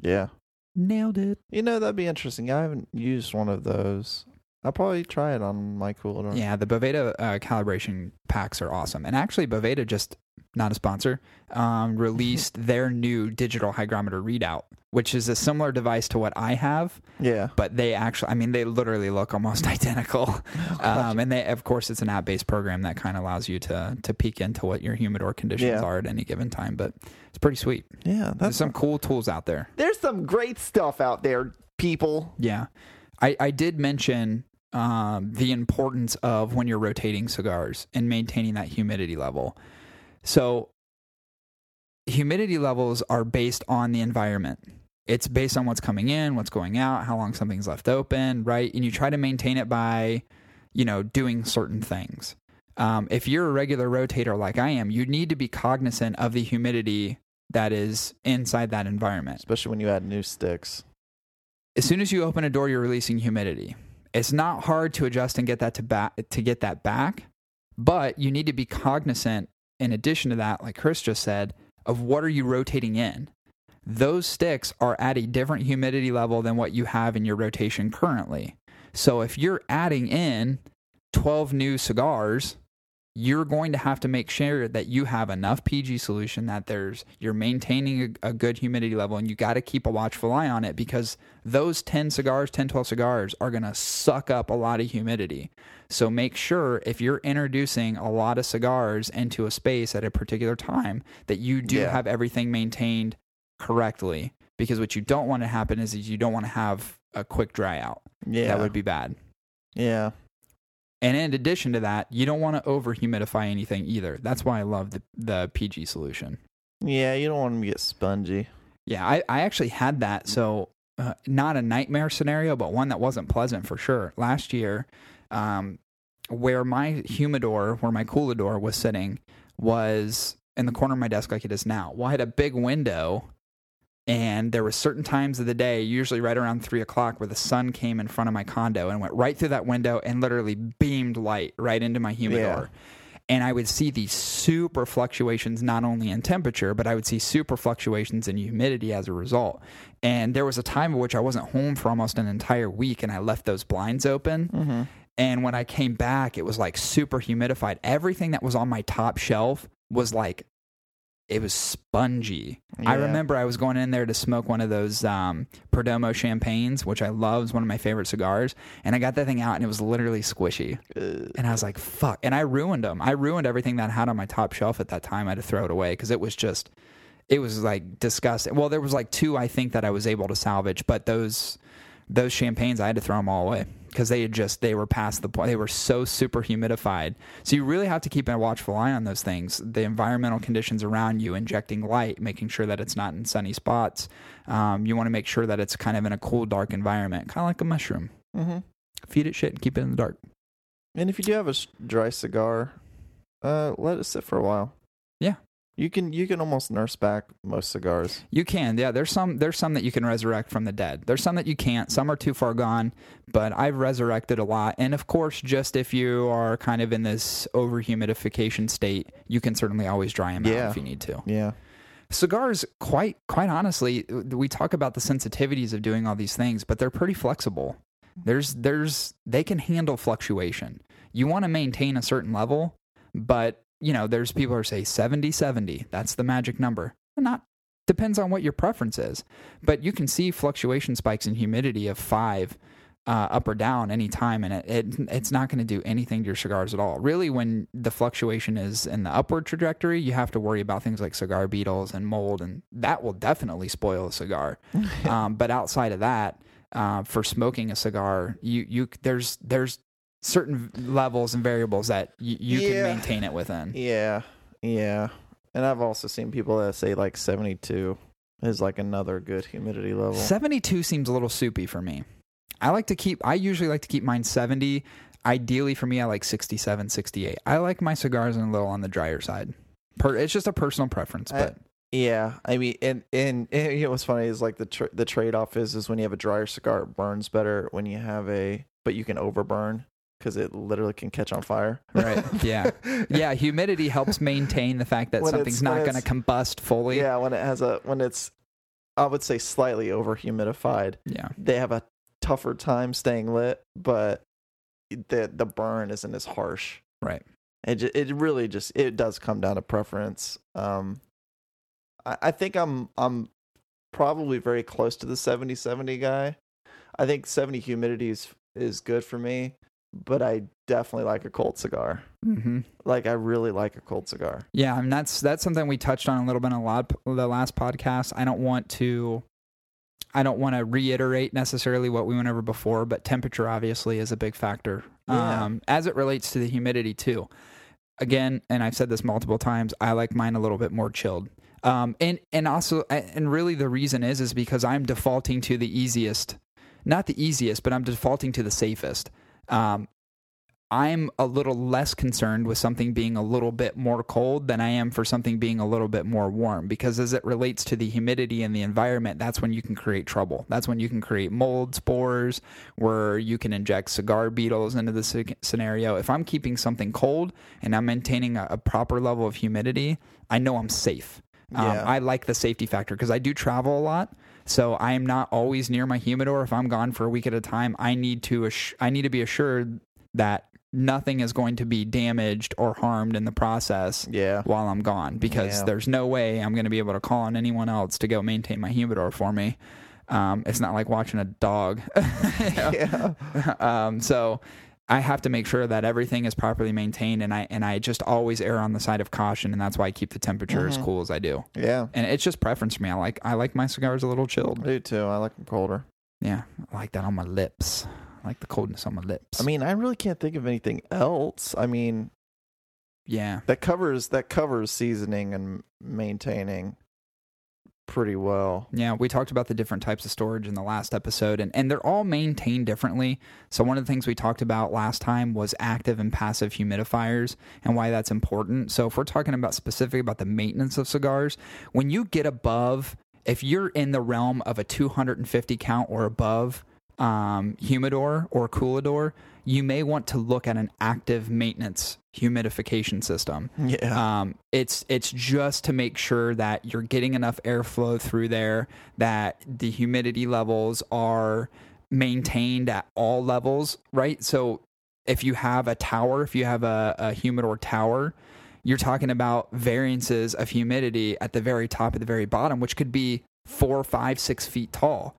Speaker 1: Yeah.
Speaker 2: Nailed it.
Speaker 1: You know, that'd be interesting. I haven't used one of those. I'll probably try it on my cooler.
Speaker 2: Yeah, the Boveda uh, calibration packs are awesome. And actually, Boveda just not a sponsor [LAUGHS] um, released their new digital hygrometer readout, which is a similar device to what I have,
Speaker 1: Yeah.
Speaker 2: but they actually, I mean, they literally look almost [LAUGHS]
Speaker 1: Oh,
Speaker 2: identical. Um, and they, of course, it's an app-based program that kind of allows you to to peek into what your humidor conditions
Speaker 1: Yeah.
Speaker 2: are at any given time. But it's pretty sweet.
Speaker 1: yeah.
Speaker 2: There's
Speaker 1: That's
Speaker 2: some cool tools out there.
Speaker 1: There's some great stuff out there, people.
Speaker 2: Yeah. I, I did mention um, the importance of when you're rotating cigars and maintaining that humidity level. So, humidity levels are based on the environment. It's based on what's coming in, what's going out, how long something's left open, right? And you try to maintain it by, you know, doing certain things. Um, if you're a regular rotator like I am, you need to be cognizant of the humidity that is inside that environment
Speaker 1: Especially when you add new sticks.
Speaker 2: as soon as you open a door, you're releasing humidity. It's not hard to adjust and get that to back to get that back, but you need to be cognizant. In addition to that, like Chris just said, of what are you rotating in? Those sticks are at a different humidity level than what you have in your rotation currently. So if you're adding in 12 new cigars, you're going to have to make sure that you have enough PG solution that there's you're maintaining a, a good humidity level and you got to keep a watchful eye on it because those 10 cigars, 10 12 cigars are going to suck up a lot of humidity. So make sure if you're introducing a lot of cigars into a space at a particular time that you do
Speaker 1: Yeah.
Speaker 2: have everything maintained correctly because what you don't want to happen is, is you don't want to have a quick dry out.
Speaker 1: Yeah.
Speaker 2: That would be bad.
Speaker 1: yeah.
Speaker 2: And in addition to that, you don't want to over humidify anything either. That's why I love the, the PG solution.
Speaker 1: Yeah. You don't want them to get spongy.
Speaker 2: Yeah, I, I actually had that. So, uh, not a nightmare scenario, but one that wasn't pleasant for sure. Last year, um, where my humidor, where my coolador was sitting, was in the corner of my desk like it is now. Well, I had a big window, and there were certain times of the day, usually right around three o'clock, where the sun came in front of my condo and went right through that window and literally beamed light right into my humidor. And I would see these super fluctuations, not only in temperature, but I would see super fluctuations in humidity as a result. And there was a time in which I wasn't home for almost an entire week and I left those blinds open. And when I came back, it was like super humidified. Everything that was on my top shelf was like, it was spongy. I
Speaker 1: Yeah.
Speaker 2: remember I was going in there to smoke one of those um, Perdomo champagnes, which I love, is one of my favorite cigars. And I got that thing out and it was literally squishy.
Speaker 1: Uh,
Speaker 2: And I was like, fuck. And I ruined them. I ruined everything that I had on my top shelf at that time. I had to throw it away because it was just, it was like disgusting. Well, there was like two, I think, that I was able to salvage, but those, those champagnes, I had to throw them all away because they had just, they were past the point. They were so super humidified. So you really have to keep a watchful eye on those things. The environmental conditions around you, injecting light, making sure that it's not in sunny spots. Um, you want to make sure that it's kind of in a cool, dark environment, kind of like a mushroom.
Speaker 1: mm-hmm.
Speaker 2: Feed it shit and keep it in the dark.
Speaker 1: And if you do have a s- dry cigar, uh, let it sit for a while.
Speaker 2: Yeah.
Speaker 1: You can you can almost nurse back most cigars.
Speaker 2: You can, yeah. There's some there's some that you can resurrect from the dead. There's some that you can't. Some are too far gone, but I've resurrected a lot. And of course, just if you are kind of in this over humidification state, you can certainly always dry them out
Speaker 1: Yeah.
Speaker 2: if you need to.
Speaker 1: Yeah.
Speaker 2: Cigars, quite quite honestly, we talk about the sensitivities of doing all these things, but they're pretty flexible. There's there's they can handle fluctuation. You want to maintain a certain level, but you know, there's people who say 70 70, that's the magic number. Not depends on what your preference is. But you can see fluctuation spikes in humidity of 5 uh, up or down any time, and it, it it's not going to do anything to your cigars at all. Really, when the fluctuation is in the upward trajectory, you have to worry about things like cigar beetles and mold, and that will definitely spoil a cigar. um, but outside of that, uh, for smoking a cigar, you you there's there's certain levels and variables that you, you
Speaker 1: Yeah.
Speaker 2: can maintain it within.
Speaker 1: Yeah, yeah. And I've also seen people that say like 72 is like another good humidity level.
Speaker 2: 72 seems a little soupy for me. I like to keep, I usually like to keep mine 70. Ideally for me, I like 67, 68. I like my cigars in a little on the drier side. Per, it's just a personal preference,
Speaker 1: I-
Speaker 2: but
Speaker 1: Yeah, I mean, and and, and you know what's funny is like the tr the trade off is is when you have a drier cigar, it burns better. When you have a, but you can overburn because it literally can catch on fire. [LAUGHS]
Speaker 2: right. [LAUGHS] Yeah. Yeah. Humidity helps maintain the fact that
Speaker 1: When
Speaker 2: something's
Speaker 1: it's-
Speaker 2: not
Speaker 1: when
Speaker 2: going
Speaker 1: it's-
Speaker 2: to combust fully.
Speaker 1: yeah. When it has a when it's, I would say slightly over humidified,
Speaker 2: Yeah.
Speaker 1: they have a tougher time staying lit, but the the burn isn't as harsh.
Speaker 2: Right.
Speaker 1: It ju- it really just it does come down to preference. Um, I, I think I'm I'm probably very close to the 70 70 guy. I think 70 humidity is is good for me, but I definitely like a cold cigar.
Speaker 2: hmm
Speaker 1: Like I really like a cold cigar.
Speaker 2: Yeah, and that's that's something we touched on a little bit in a lot the last podcast. I don't want to I don't want to reiterate necessarily what we went over before, but temperature obviously is a big factor.
Speaker 1: Yeah.
Speaker 2: Um as it relates to the humidity too. Again, and I've said this multiple times, I like mine a little bit more chilled. Um and and also and really the reason is is because I'm defaulting to the easiest. Not the easiest, but I'm defaulting to the safest. Um I'm a little less concerned with something being a little bit more cold than I am for something being a little bit more warm because as it relates to the humidity and the environment, that's when you can create trouble. That's when you can create mold spores where you can inject cigar beetles into the sc- scenario. If I'm keeping something cold and I'm maintaining a, a proper level of humidity, I know I'm safe. Um,
Speaker 1: Yeah.
Speaker 2: I like the safety factor because I do travel a lot. So I am not always near my humidor. If I'm gone for a week at a time, I need to ass- I need to be assured that nothing is going to be damaged or harmed in the process
Speaker 1: Yeah.
Speaker 2: while I'm gone because
Speaker 1: Yeah.
Speaker 2: there's no way I'm going to be able to call on anyone else to go maintain my humidor for me. Um, it's not like watching a dog. [LAUGHS]
Speaker 1: [LAUGHS] Yeah.
Speaker 2: um, so I have to make sure that everything is properly maintained, and I and I just always err on the side of caution, and that's why I keep the temperature as
Speaker 1: Mm-hmm.
Speaker 2: cool as I do.
Speaker 1: Yeah.
Speaker 2: And it's just preference for me. I like I like my cigars a little
Speaker 1: I
Speaker 2: chilled.
Speaker 1: do too. I like them colder.
Speaker 2: Yeah, I like that on my lips. I like the coldness on my lips.
Speaker 1: I mean, I really can't think of anything else. I mean,
Speaker 2: yeah,
Speaker 1: that covers that covers seasoning and maintaining pretty
Speaker 2: [LAUGHS]
Speaker 1: well.
Speaker 2: Yeah, we talked about the different types of storage in the last episode, and, and they're all maintained differently. So, one of the things we talked about last time was active and passive humidifiers and why that's important. So, if we're talking about specific about the maintenance of cigars, when you get above, if you're in the realm of a 250 count or above um, humidor or coolador, you may want to look at an active maintenance humidification system.
Speaker 1: Yeah.
Speaker 2: Um, it's it's just to make sure that you're getting enough airflow through there, that the humidity levels are maintained at all levels, right? So if you have a tower, if you have a, a humidor tower, you're talking about variances of humidity at the very top at the very bottom, which could be four, five, six feet tall.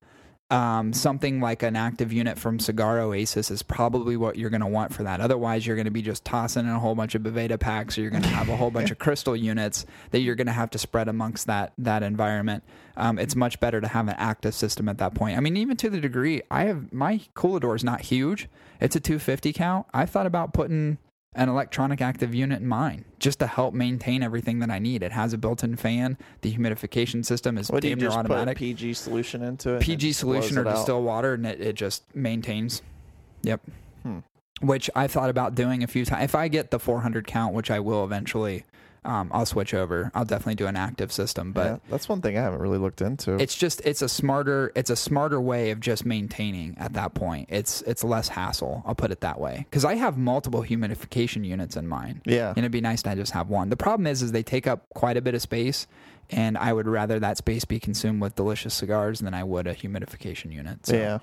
Speaker 2: Um, something like an active unit from Cigar Oasis is probably what you're going to want for that. Otherwise, you're going to be just tossing in a whole bunch of Boveda packs, or you're going to have a whole
Speaker 1: [LAUGHS]
Speaker 2: bunch of crystal units that you're going to have to spread amongst that that environment. Um, it's much better to have an active system at that point. I mean, even to the degree I have, my Coolador is not huge. It's a 250 count. I thought about putting an electronic active unit in mine just to help maintain everything that I need. It has a built-in fan. The humidification system is
Speaker 1: what do you
Speaker 2: damn near
Speaker 1: just
Speaker 2: automatic.
Speaker 1: put PG solution into it? and
Speaker 2: PG
Speaker 1: it just
Speaker 2: solution or
Speaker 1: blows it out?
Speaker 2: distilled water, and it, it just maintains. Yep.
Speaker 1: Hmm.
Speaker 2: Which I thought about doing a few times. If I get the 400 count, which I will eventually, um, I'll switch over. I'll definitely do an active system, but
Speaker 1: Yeah, that's one thing I haven't really looked into.
Speaker 2: it's just it's a smarter it's a smarter way of just maintaining at that point. It's it's less hassle. I'll put it that way because I have multiple humidification units in mine.
Speaker 1: yeah,
Speaker 2: And it'd be nice to just have one. The problem is, is they take up quite a bit of space, and I would rather that space be consumed with delicious cigars than I would a humidification unit. So,
Speaker 1: yeah.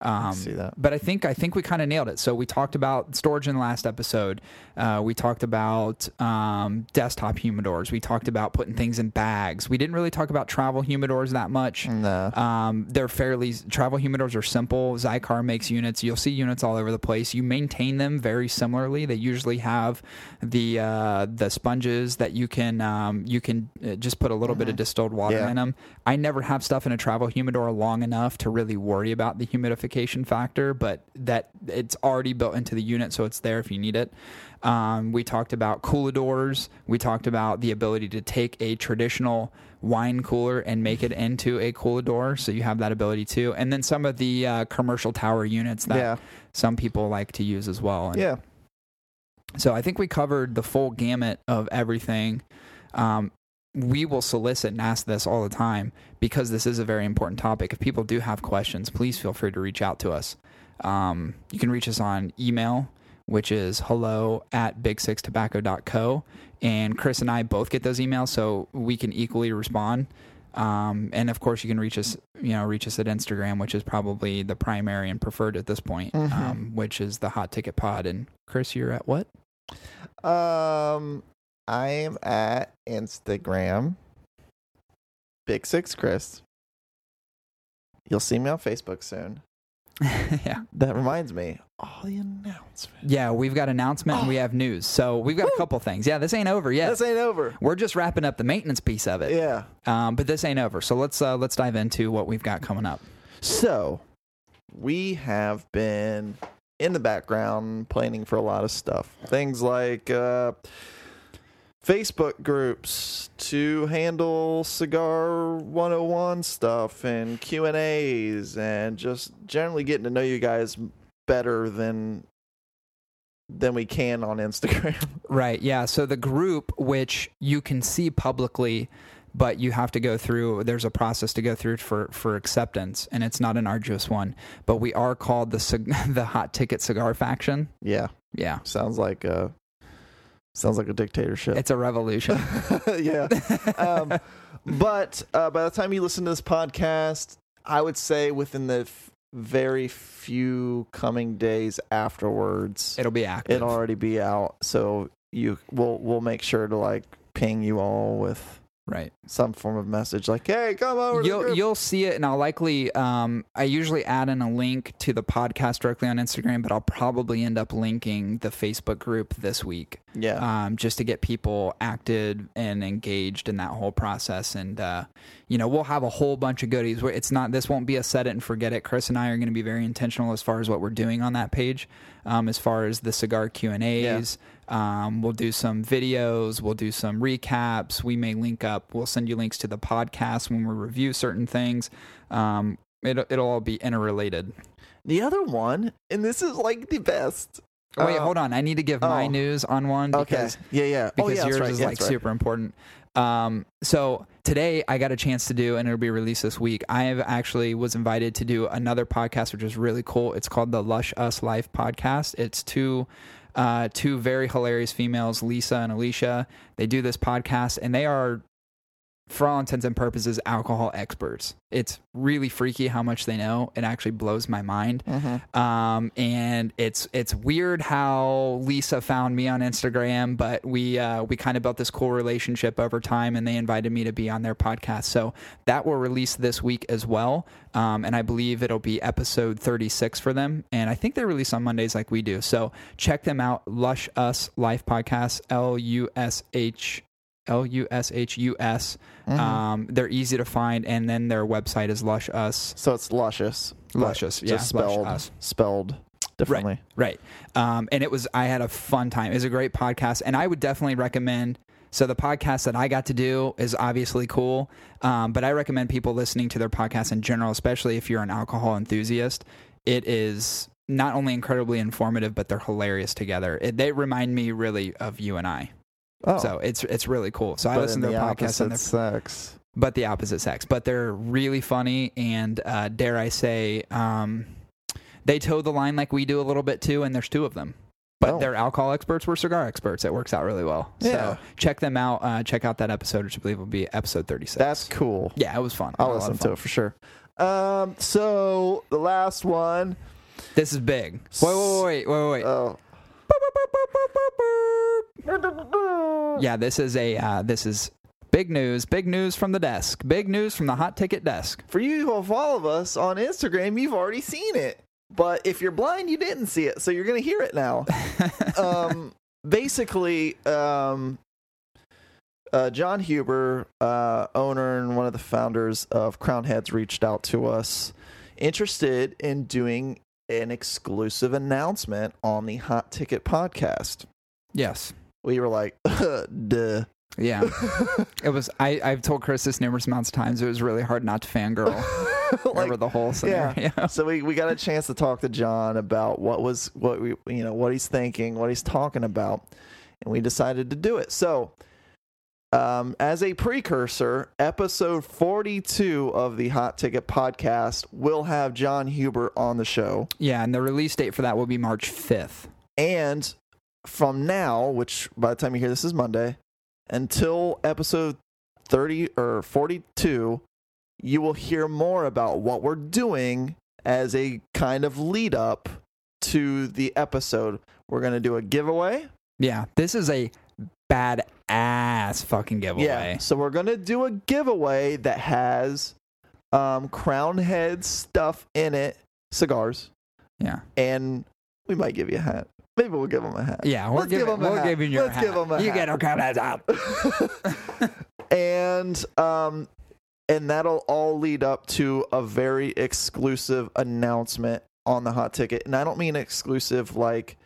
Speaker 2: Um,
Speaker 1: see that.
Speaker 2: But I think I think we kind of nailed it. So we talked about storage in the last episode. Uh, we talked about um, desktop humidors. We talked about putting things in bags. We didn't really talk about travel humidors that
Speaker 1: Mm-hmm.
Speaker 2: much.
Speaker 1: No.
Speaker 2: Um, they're fairly travel humidors are simple. Zycar makes units. You'll see units all over the place. You maintain them very similarly. They usually have the uh, the sponges that you can um, you can uh, just put a little bit of distilled water
Speaker 1: Yeah.
Speaker 2: in them. I never have stuff in a travel humidor long enough to really worry about the humidification factor, but that it's already built into the unit, so it's there if you need it. Um, we talked about cooladors. We talked about the ability to take a traditional wine cooler and make it into a coolador, so you have that ability too. And then some of the uh, commercial tower units that
Speaker 1: Yeah.
Speaker 2: some people like to use as well. And
Speaker 1: Yeah.
Speaker 2: so I think we covered the full gamut of everything. Um, we will solicit and ask this all the time because this is a very important topic. If people do have questions, please feel free to reach out to us. Um, you can reach us on email, which is hello at big6tobacco.co. And Chris and I both get those emails, so we can equally respond. Um, and of course, you can reach us, you know, reach us at Instagram, which is probably the primary and preferred at this point,
Speaker 1: Mhm.
Speaker 2: um, which is the Hot Ticket Pod. And Chris, you're at what?
Speaker 1: Um, I am at Instagram, Big Six Chris. You'll see me on Facebook soon.
Speaker 2: [LAUGHS] yeah.
Speaker 1: That reminds me, all the announcements.
Speaker 2: Yeah, we've got announcement and we have news. So we've got
Speaker 1: Woo!
Speaker 2: a couple things. Yeah, this ain't over yet.
Speaker 1: This ain't over.
Speaker 2: We're just wrapping up the maintenance piece of it.
Speaker 1: Yeah.
Speaker 2: Um, but this ain't over. So let's uh, let's dive into what we've got coming up.
Speaker 1: So, we have been in the background planning for a lot of stuff. Things like uh, Facebook groups to handle cigar 101 stuff and Q&As and just generally getting to know you guys better than than we can on Instagram. [LAUGHS]
Speaker 2: Right. Yeah. So the group, which you can see publicly, but you have to go through. There's a process to go through for for acceptance, and it's not an arduous one. But we are called the cig- [LAUGHS] the hot ticket cigar faction.
Speaker 1: yeah,
Speaker 2: Yeah,
Speaker 1: sounds like a sounds like a dictatorship.
Speaker 2: it's a revolution.
Speaker 1: yeah. [LAUGHS] um, but uh, by the time you listen to this podcast, I would say within the f- very few coming days afterwards,
Speaker 2: [LAUGHS] It'll be active.
Speaker 1: it'll already be out. So you we'll we'll make sure to like ping you all with
Speaker 2: right.
Speaker 1: some form of message, like, "Hey, come over." to the
Speaker 2: you'll
Speaker 1: group."
Speaker 2: you'll see it, and I'll likely um, I usually add in a link to the podcast directly on Instagram, but I'll probably end up linking the Facebook group this week
Speaker 1: yeah,
Speaker 2: um, just to get people active and engaged in that whole process. And uh, you know, we'll have a whole bunch of goodies. Where it's not this won't be a set it and forget it. Chris and I are going to be very intentional as far as what we're doing on that page, um, as far as the cigar Q and A's. Um, we'll do some videos. We'll do some recaps. We may link up. We'll send you links to the podcast when we review certain things. Um, it'll, it'll all be interrelated.
Speaker 1: the other one, and this is like the best.
Speaker 2: Oh, wait,
Speaker 1: Uh,
Speaker 2: hold on. I need to give my
Speaker 1: oh.
Speaker 2: news on one
Speaker 1: Okay.
Speaker 2: because
Speaker 1: Yeah, yeah. oh,
Speaker 2: because
Speaker 1: yeah, that's
Speaker 2: yours
Speaker 1: right,
Speaker 2: is
Speaker 1: yeah,
Speaker 2: like
Speaker 1: that's right.
Speaker 2: super important. Um, so today I got a chance to do, and it'll be released this week. I have actually was invited to do another podcast, which is really cool. It's called the Lush Us Life podcast. It's two, uh, two very hilarious females, Lisa and Alicia. They do this podcast, and they are, for all intents and purposes, alcohol experts. It's really freaky how much they know. It actually blows my mind
Speaker 1: Mhm.
Speaker 2: um, and it's it's weird how Lisa found me on Instagram, but we uh, we kind of built this cool relationship over time, and they invited me to be on their podcast. So that will release this week as well, um, and I believe it'll be episode thirty six for them, and I think they release on Mondays like we do. So check them out, Lush Us Life Podcast, L U S H. L U S H U S.
Speaker 1: Mm-hmm.
Speaker 2: Um, They're easy to find, and then their website is Lush Us
Speaker 1: So it's luscious. but
Speaker 2: Luscious,
Speaker 1: Just
Speaker 2: yeah, Lush
Speaker 1: spelled
Speaker 2: Us.
Speaker 1: spelled differently.
Speaker 2: Right. Um, and it was, I had a fun time. It was a great podcast. And I would definitely recommend. So the podcast that I got to do is obviously cool, um, but I recommend people listening to their podcast in general, especially if you're an alcohol enthusiast. It is not only incredibly informative, but they're hilarious together. It, they remind me really of you and I.
Speaker 1: Oh.
Speaker 2: So it's it's really cool. So I
Speaker 1: But
Speaker 2: listen
Speaker 1: in
Speaker 2: to their
Speaker 1: the
Speaker 2: podcast and
Speaker 1: opposite
Speaker 2: they're
Speaker 1: sex.
Speaker 2: but the opposite sex. But they're really funny and uh, dare I say, um, they toe the line like we do a little bit too. And there's two of them. But
Speaker 1: Oh.
Speaker 2: they're alcohol experts. We're cigar experts. It works out really well.
Speaker 1: Yeah.
Speaker 2: So check them out. Uh, check out that episode, which I believe will be episode 36.
Speaker 1: That's cool.
Speaker 2: yeah, it was fun.
Speaker 1: I'll
Speaker 2: A lot of
Speaker 1: listen
Speaker 2: fun.
Speaker 1: to it for sure. Um, so the last one.
Speaker 2: This is big. Wait, wait, wait, wait, [LAUGHS] wait, wait.
Speaker 1: Oh,
Speaker 2: Yeah, this is a uh, this is big news. Big news from the desk. Big news from the hot ticket desk.
Speaker 1: for you who follow us on Instagram, you've already seen it. But if you're blind, you didn't see it, so you're gonna hear it now. um, basically, um, uh, John Huber, uh, owner and one of the founders of Crown Heads, reached out to us, interested in doing an exclusive announcement on the Hot Ticket podcast.
Speaker 2: yes.
Speaker 1: We were like, [LAUGHS] duh. [LAUGHS]
Speaker 2: Yeah. It was. I I've told Chris this numerous amounts of times. It was really hard not to fangirl
Speaker 1: Like,
Speaker 2: over the whole
Speaker 1: yeah.
Speaker 2: scenario. [LAUGHS]
Speaker 1: so we, we got a chance to talk to John about what was what we you know what he's thinking, what he's talking about, and we decided to do it. So, um, as a precursor, episode forty two of the Hot Ticket podcast will have John Huber on the show,
Speaker 2: Yeah, and the release date for that will be March fifth.
Speaker 1: and from now, which by the time you hear this is Monday, until episode thirty or forty two, you will hear more about what we're doing as a kind of lead up to the episode. We're going to do a giveaway.
Speaker 2: Yeah. This is a bad ass fucking giveaway.
Speaker 1: Yeah. So we're going to do a giveaway that has um, crown head stuff in it, cigars,
Speaker 2: Yeah.
Speaker 1: and we might give you a hat. Maybe we'll give them a hat.
Speaker 2: Yeah, we're
Speaker 1: Let's give
Speaker 2: giving,
Speaker 1: him a
Speaker 2: we're
Speaker 1: hat.
Speaker 2: giving you
Speaker 1: Let's
Speaker 2: a
Speaker 1: give
Speaker 2: hat.
Speaker 1: him a
Speaker 2: you
Speaker 1: hat.
Speaker 2: get our
Speaker 1: [LAUGHS]
Speaker 2: comments out.
Speaker 1: and um and that'll all lead up to a very exclusive announcement on the hot ticket and i don't mean exclusive like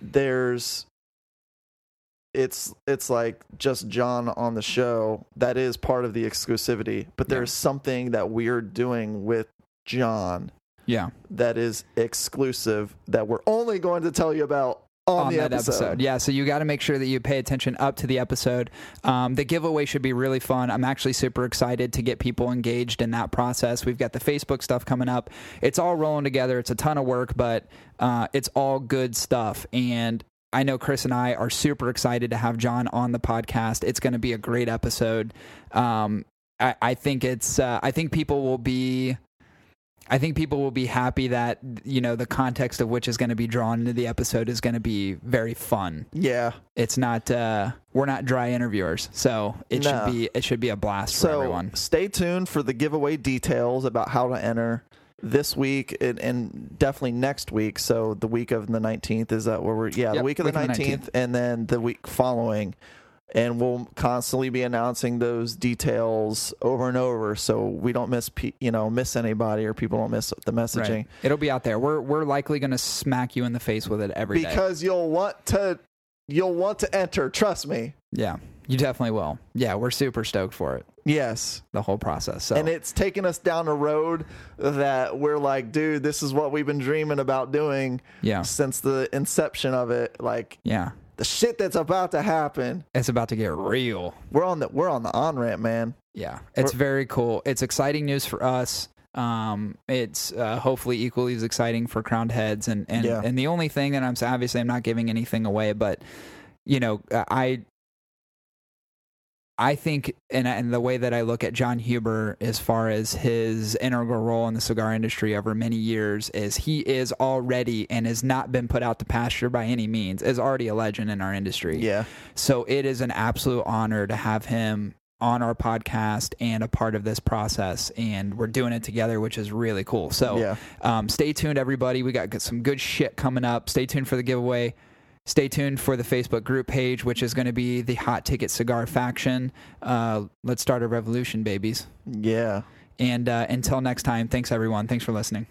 Speaker 1: there's it's it's like just john on the show that is part of the exclusivity but
Speaker 2: Yeah.
Speaker 1: there's something that we're doing with john
Speaker 2: Yeah,
Speaker 1: that is exclusive that we're only going to tell you about on, the
Speaker 2: that episode.
Speaker 1: episode
Speaker 2: Yeah, so you got to make sure that you pay attention up to the episode. Um, the giveaway should be really fun. I'm actually super excited to get people engaged in that process. We've got the Facebook stuff coming up. It's all rolling together. It's a ton of work, but uh, it's all good stuff. And I know Chris and I are super excited to have John on the podcast. It's going to be a great episode. Um, I, I think it's. Uh, I think people will be. I think people will be happy that you know the context of which is going to be drawn into the episode is going to be very fun.
Speaker 1: yeah
Speaker 2: It's not uh, we're not dry interviewers, so it
Speaker 1: No.
Speaker 2: should be it should be a blast for
Speaker 1: so
Speaker 2: everyone.
Speaker 1: stay tuned for the giveaway details about how to enter this week and, and definitely next week so the week of the 19th is that where we're yeah the
Speaker 2: Yep,
Speaker 1: week of the 19th, and then the week following and we'll constantly be announcing those details over and over so we don't miss pe- you know miss anybody or people don't miss the messaging
Speaker 2: Right. It'll be out there. We're we're likely going to smack you in the face with it every day.
Speaker 1: because you'll want to you'll want to enter trust me
Speaker 2: Yeah, you definitely will. Yeah, we're super stoked for it.
Speaker 1: yes
Speaker 2: The whole process. So
Speaker 1: and it's taken us down a road that we're like, dude, this is what we've been dreaming about doing
Speaker 2: yeah,
Speaker 1: since the inception of it. Like
Speaker 2: yeah,
Speaker 1: the shit that's about to happen.
Speaker 2: it's about to get real.
Speaker 1: We're on the we're on the on ramp, man.
Speaker 2: Yeah, it's very cool. It's exciting news for us. Um, it's uh, hopefully equally as exciting for crowned heads. And and
Speaker 1: Yeah.
Speaker 2: and the only thing that I'm obviously I'm not giving anything away, but you know uh, I I think and and the way that I look at John Huber as far as his integral role in the cigar industry over many years is he is already and has not been put out to pasture by any means is already a legend in our industry.
Speaker 1: Yeah.
Speaker 2: So it is an absolute honor to have him on our podcast and a part of this process. And we're doing it together, which is really cool. So
Speaker 1: Yeah.
Speaker 2: um, stay tuned, everybody. We got good- some good shit coming up. Stay tuned for the giveaway. Stay tuned for the Facebook group page, which is going to be the Hot Ticket Cigar Faction. Uh, let's start a revolution, babies.
Speaker 1: Yeah.
Speaker 2: And uh, until next time, thanks, everyone. Thanks for listening.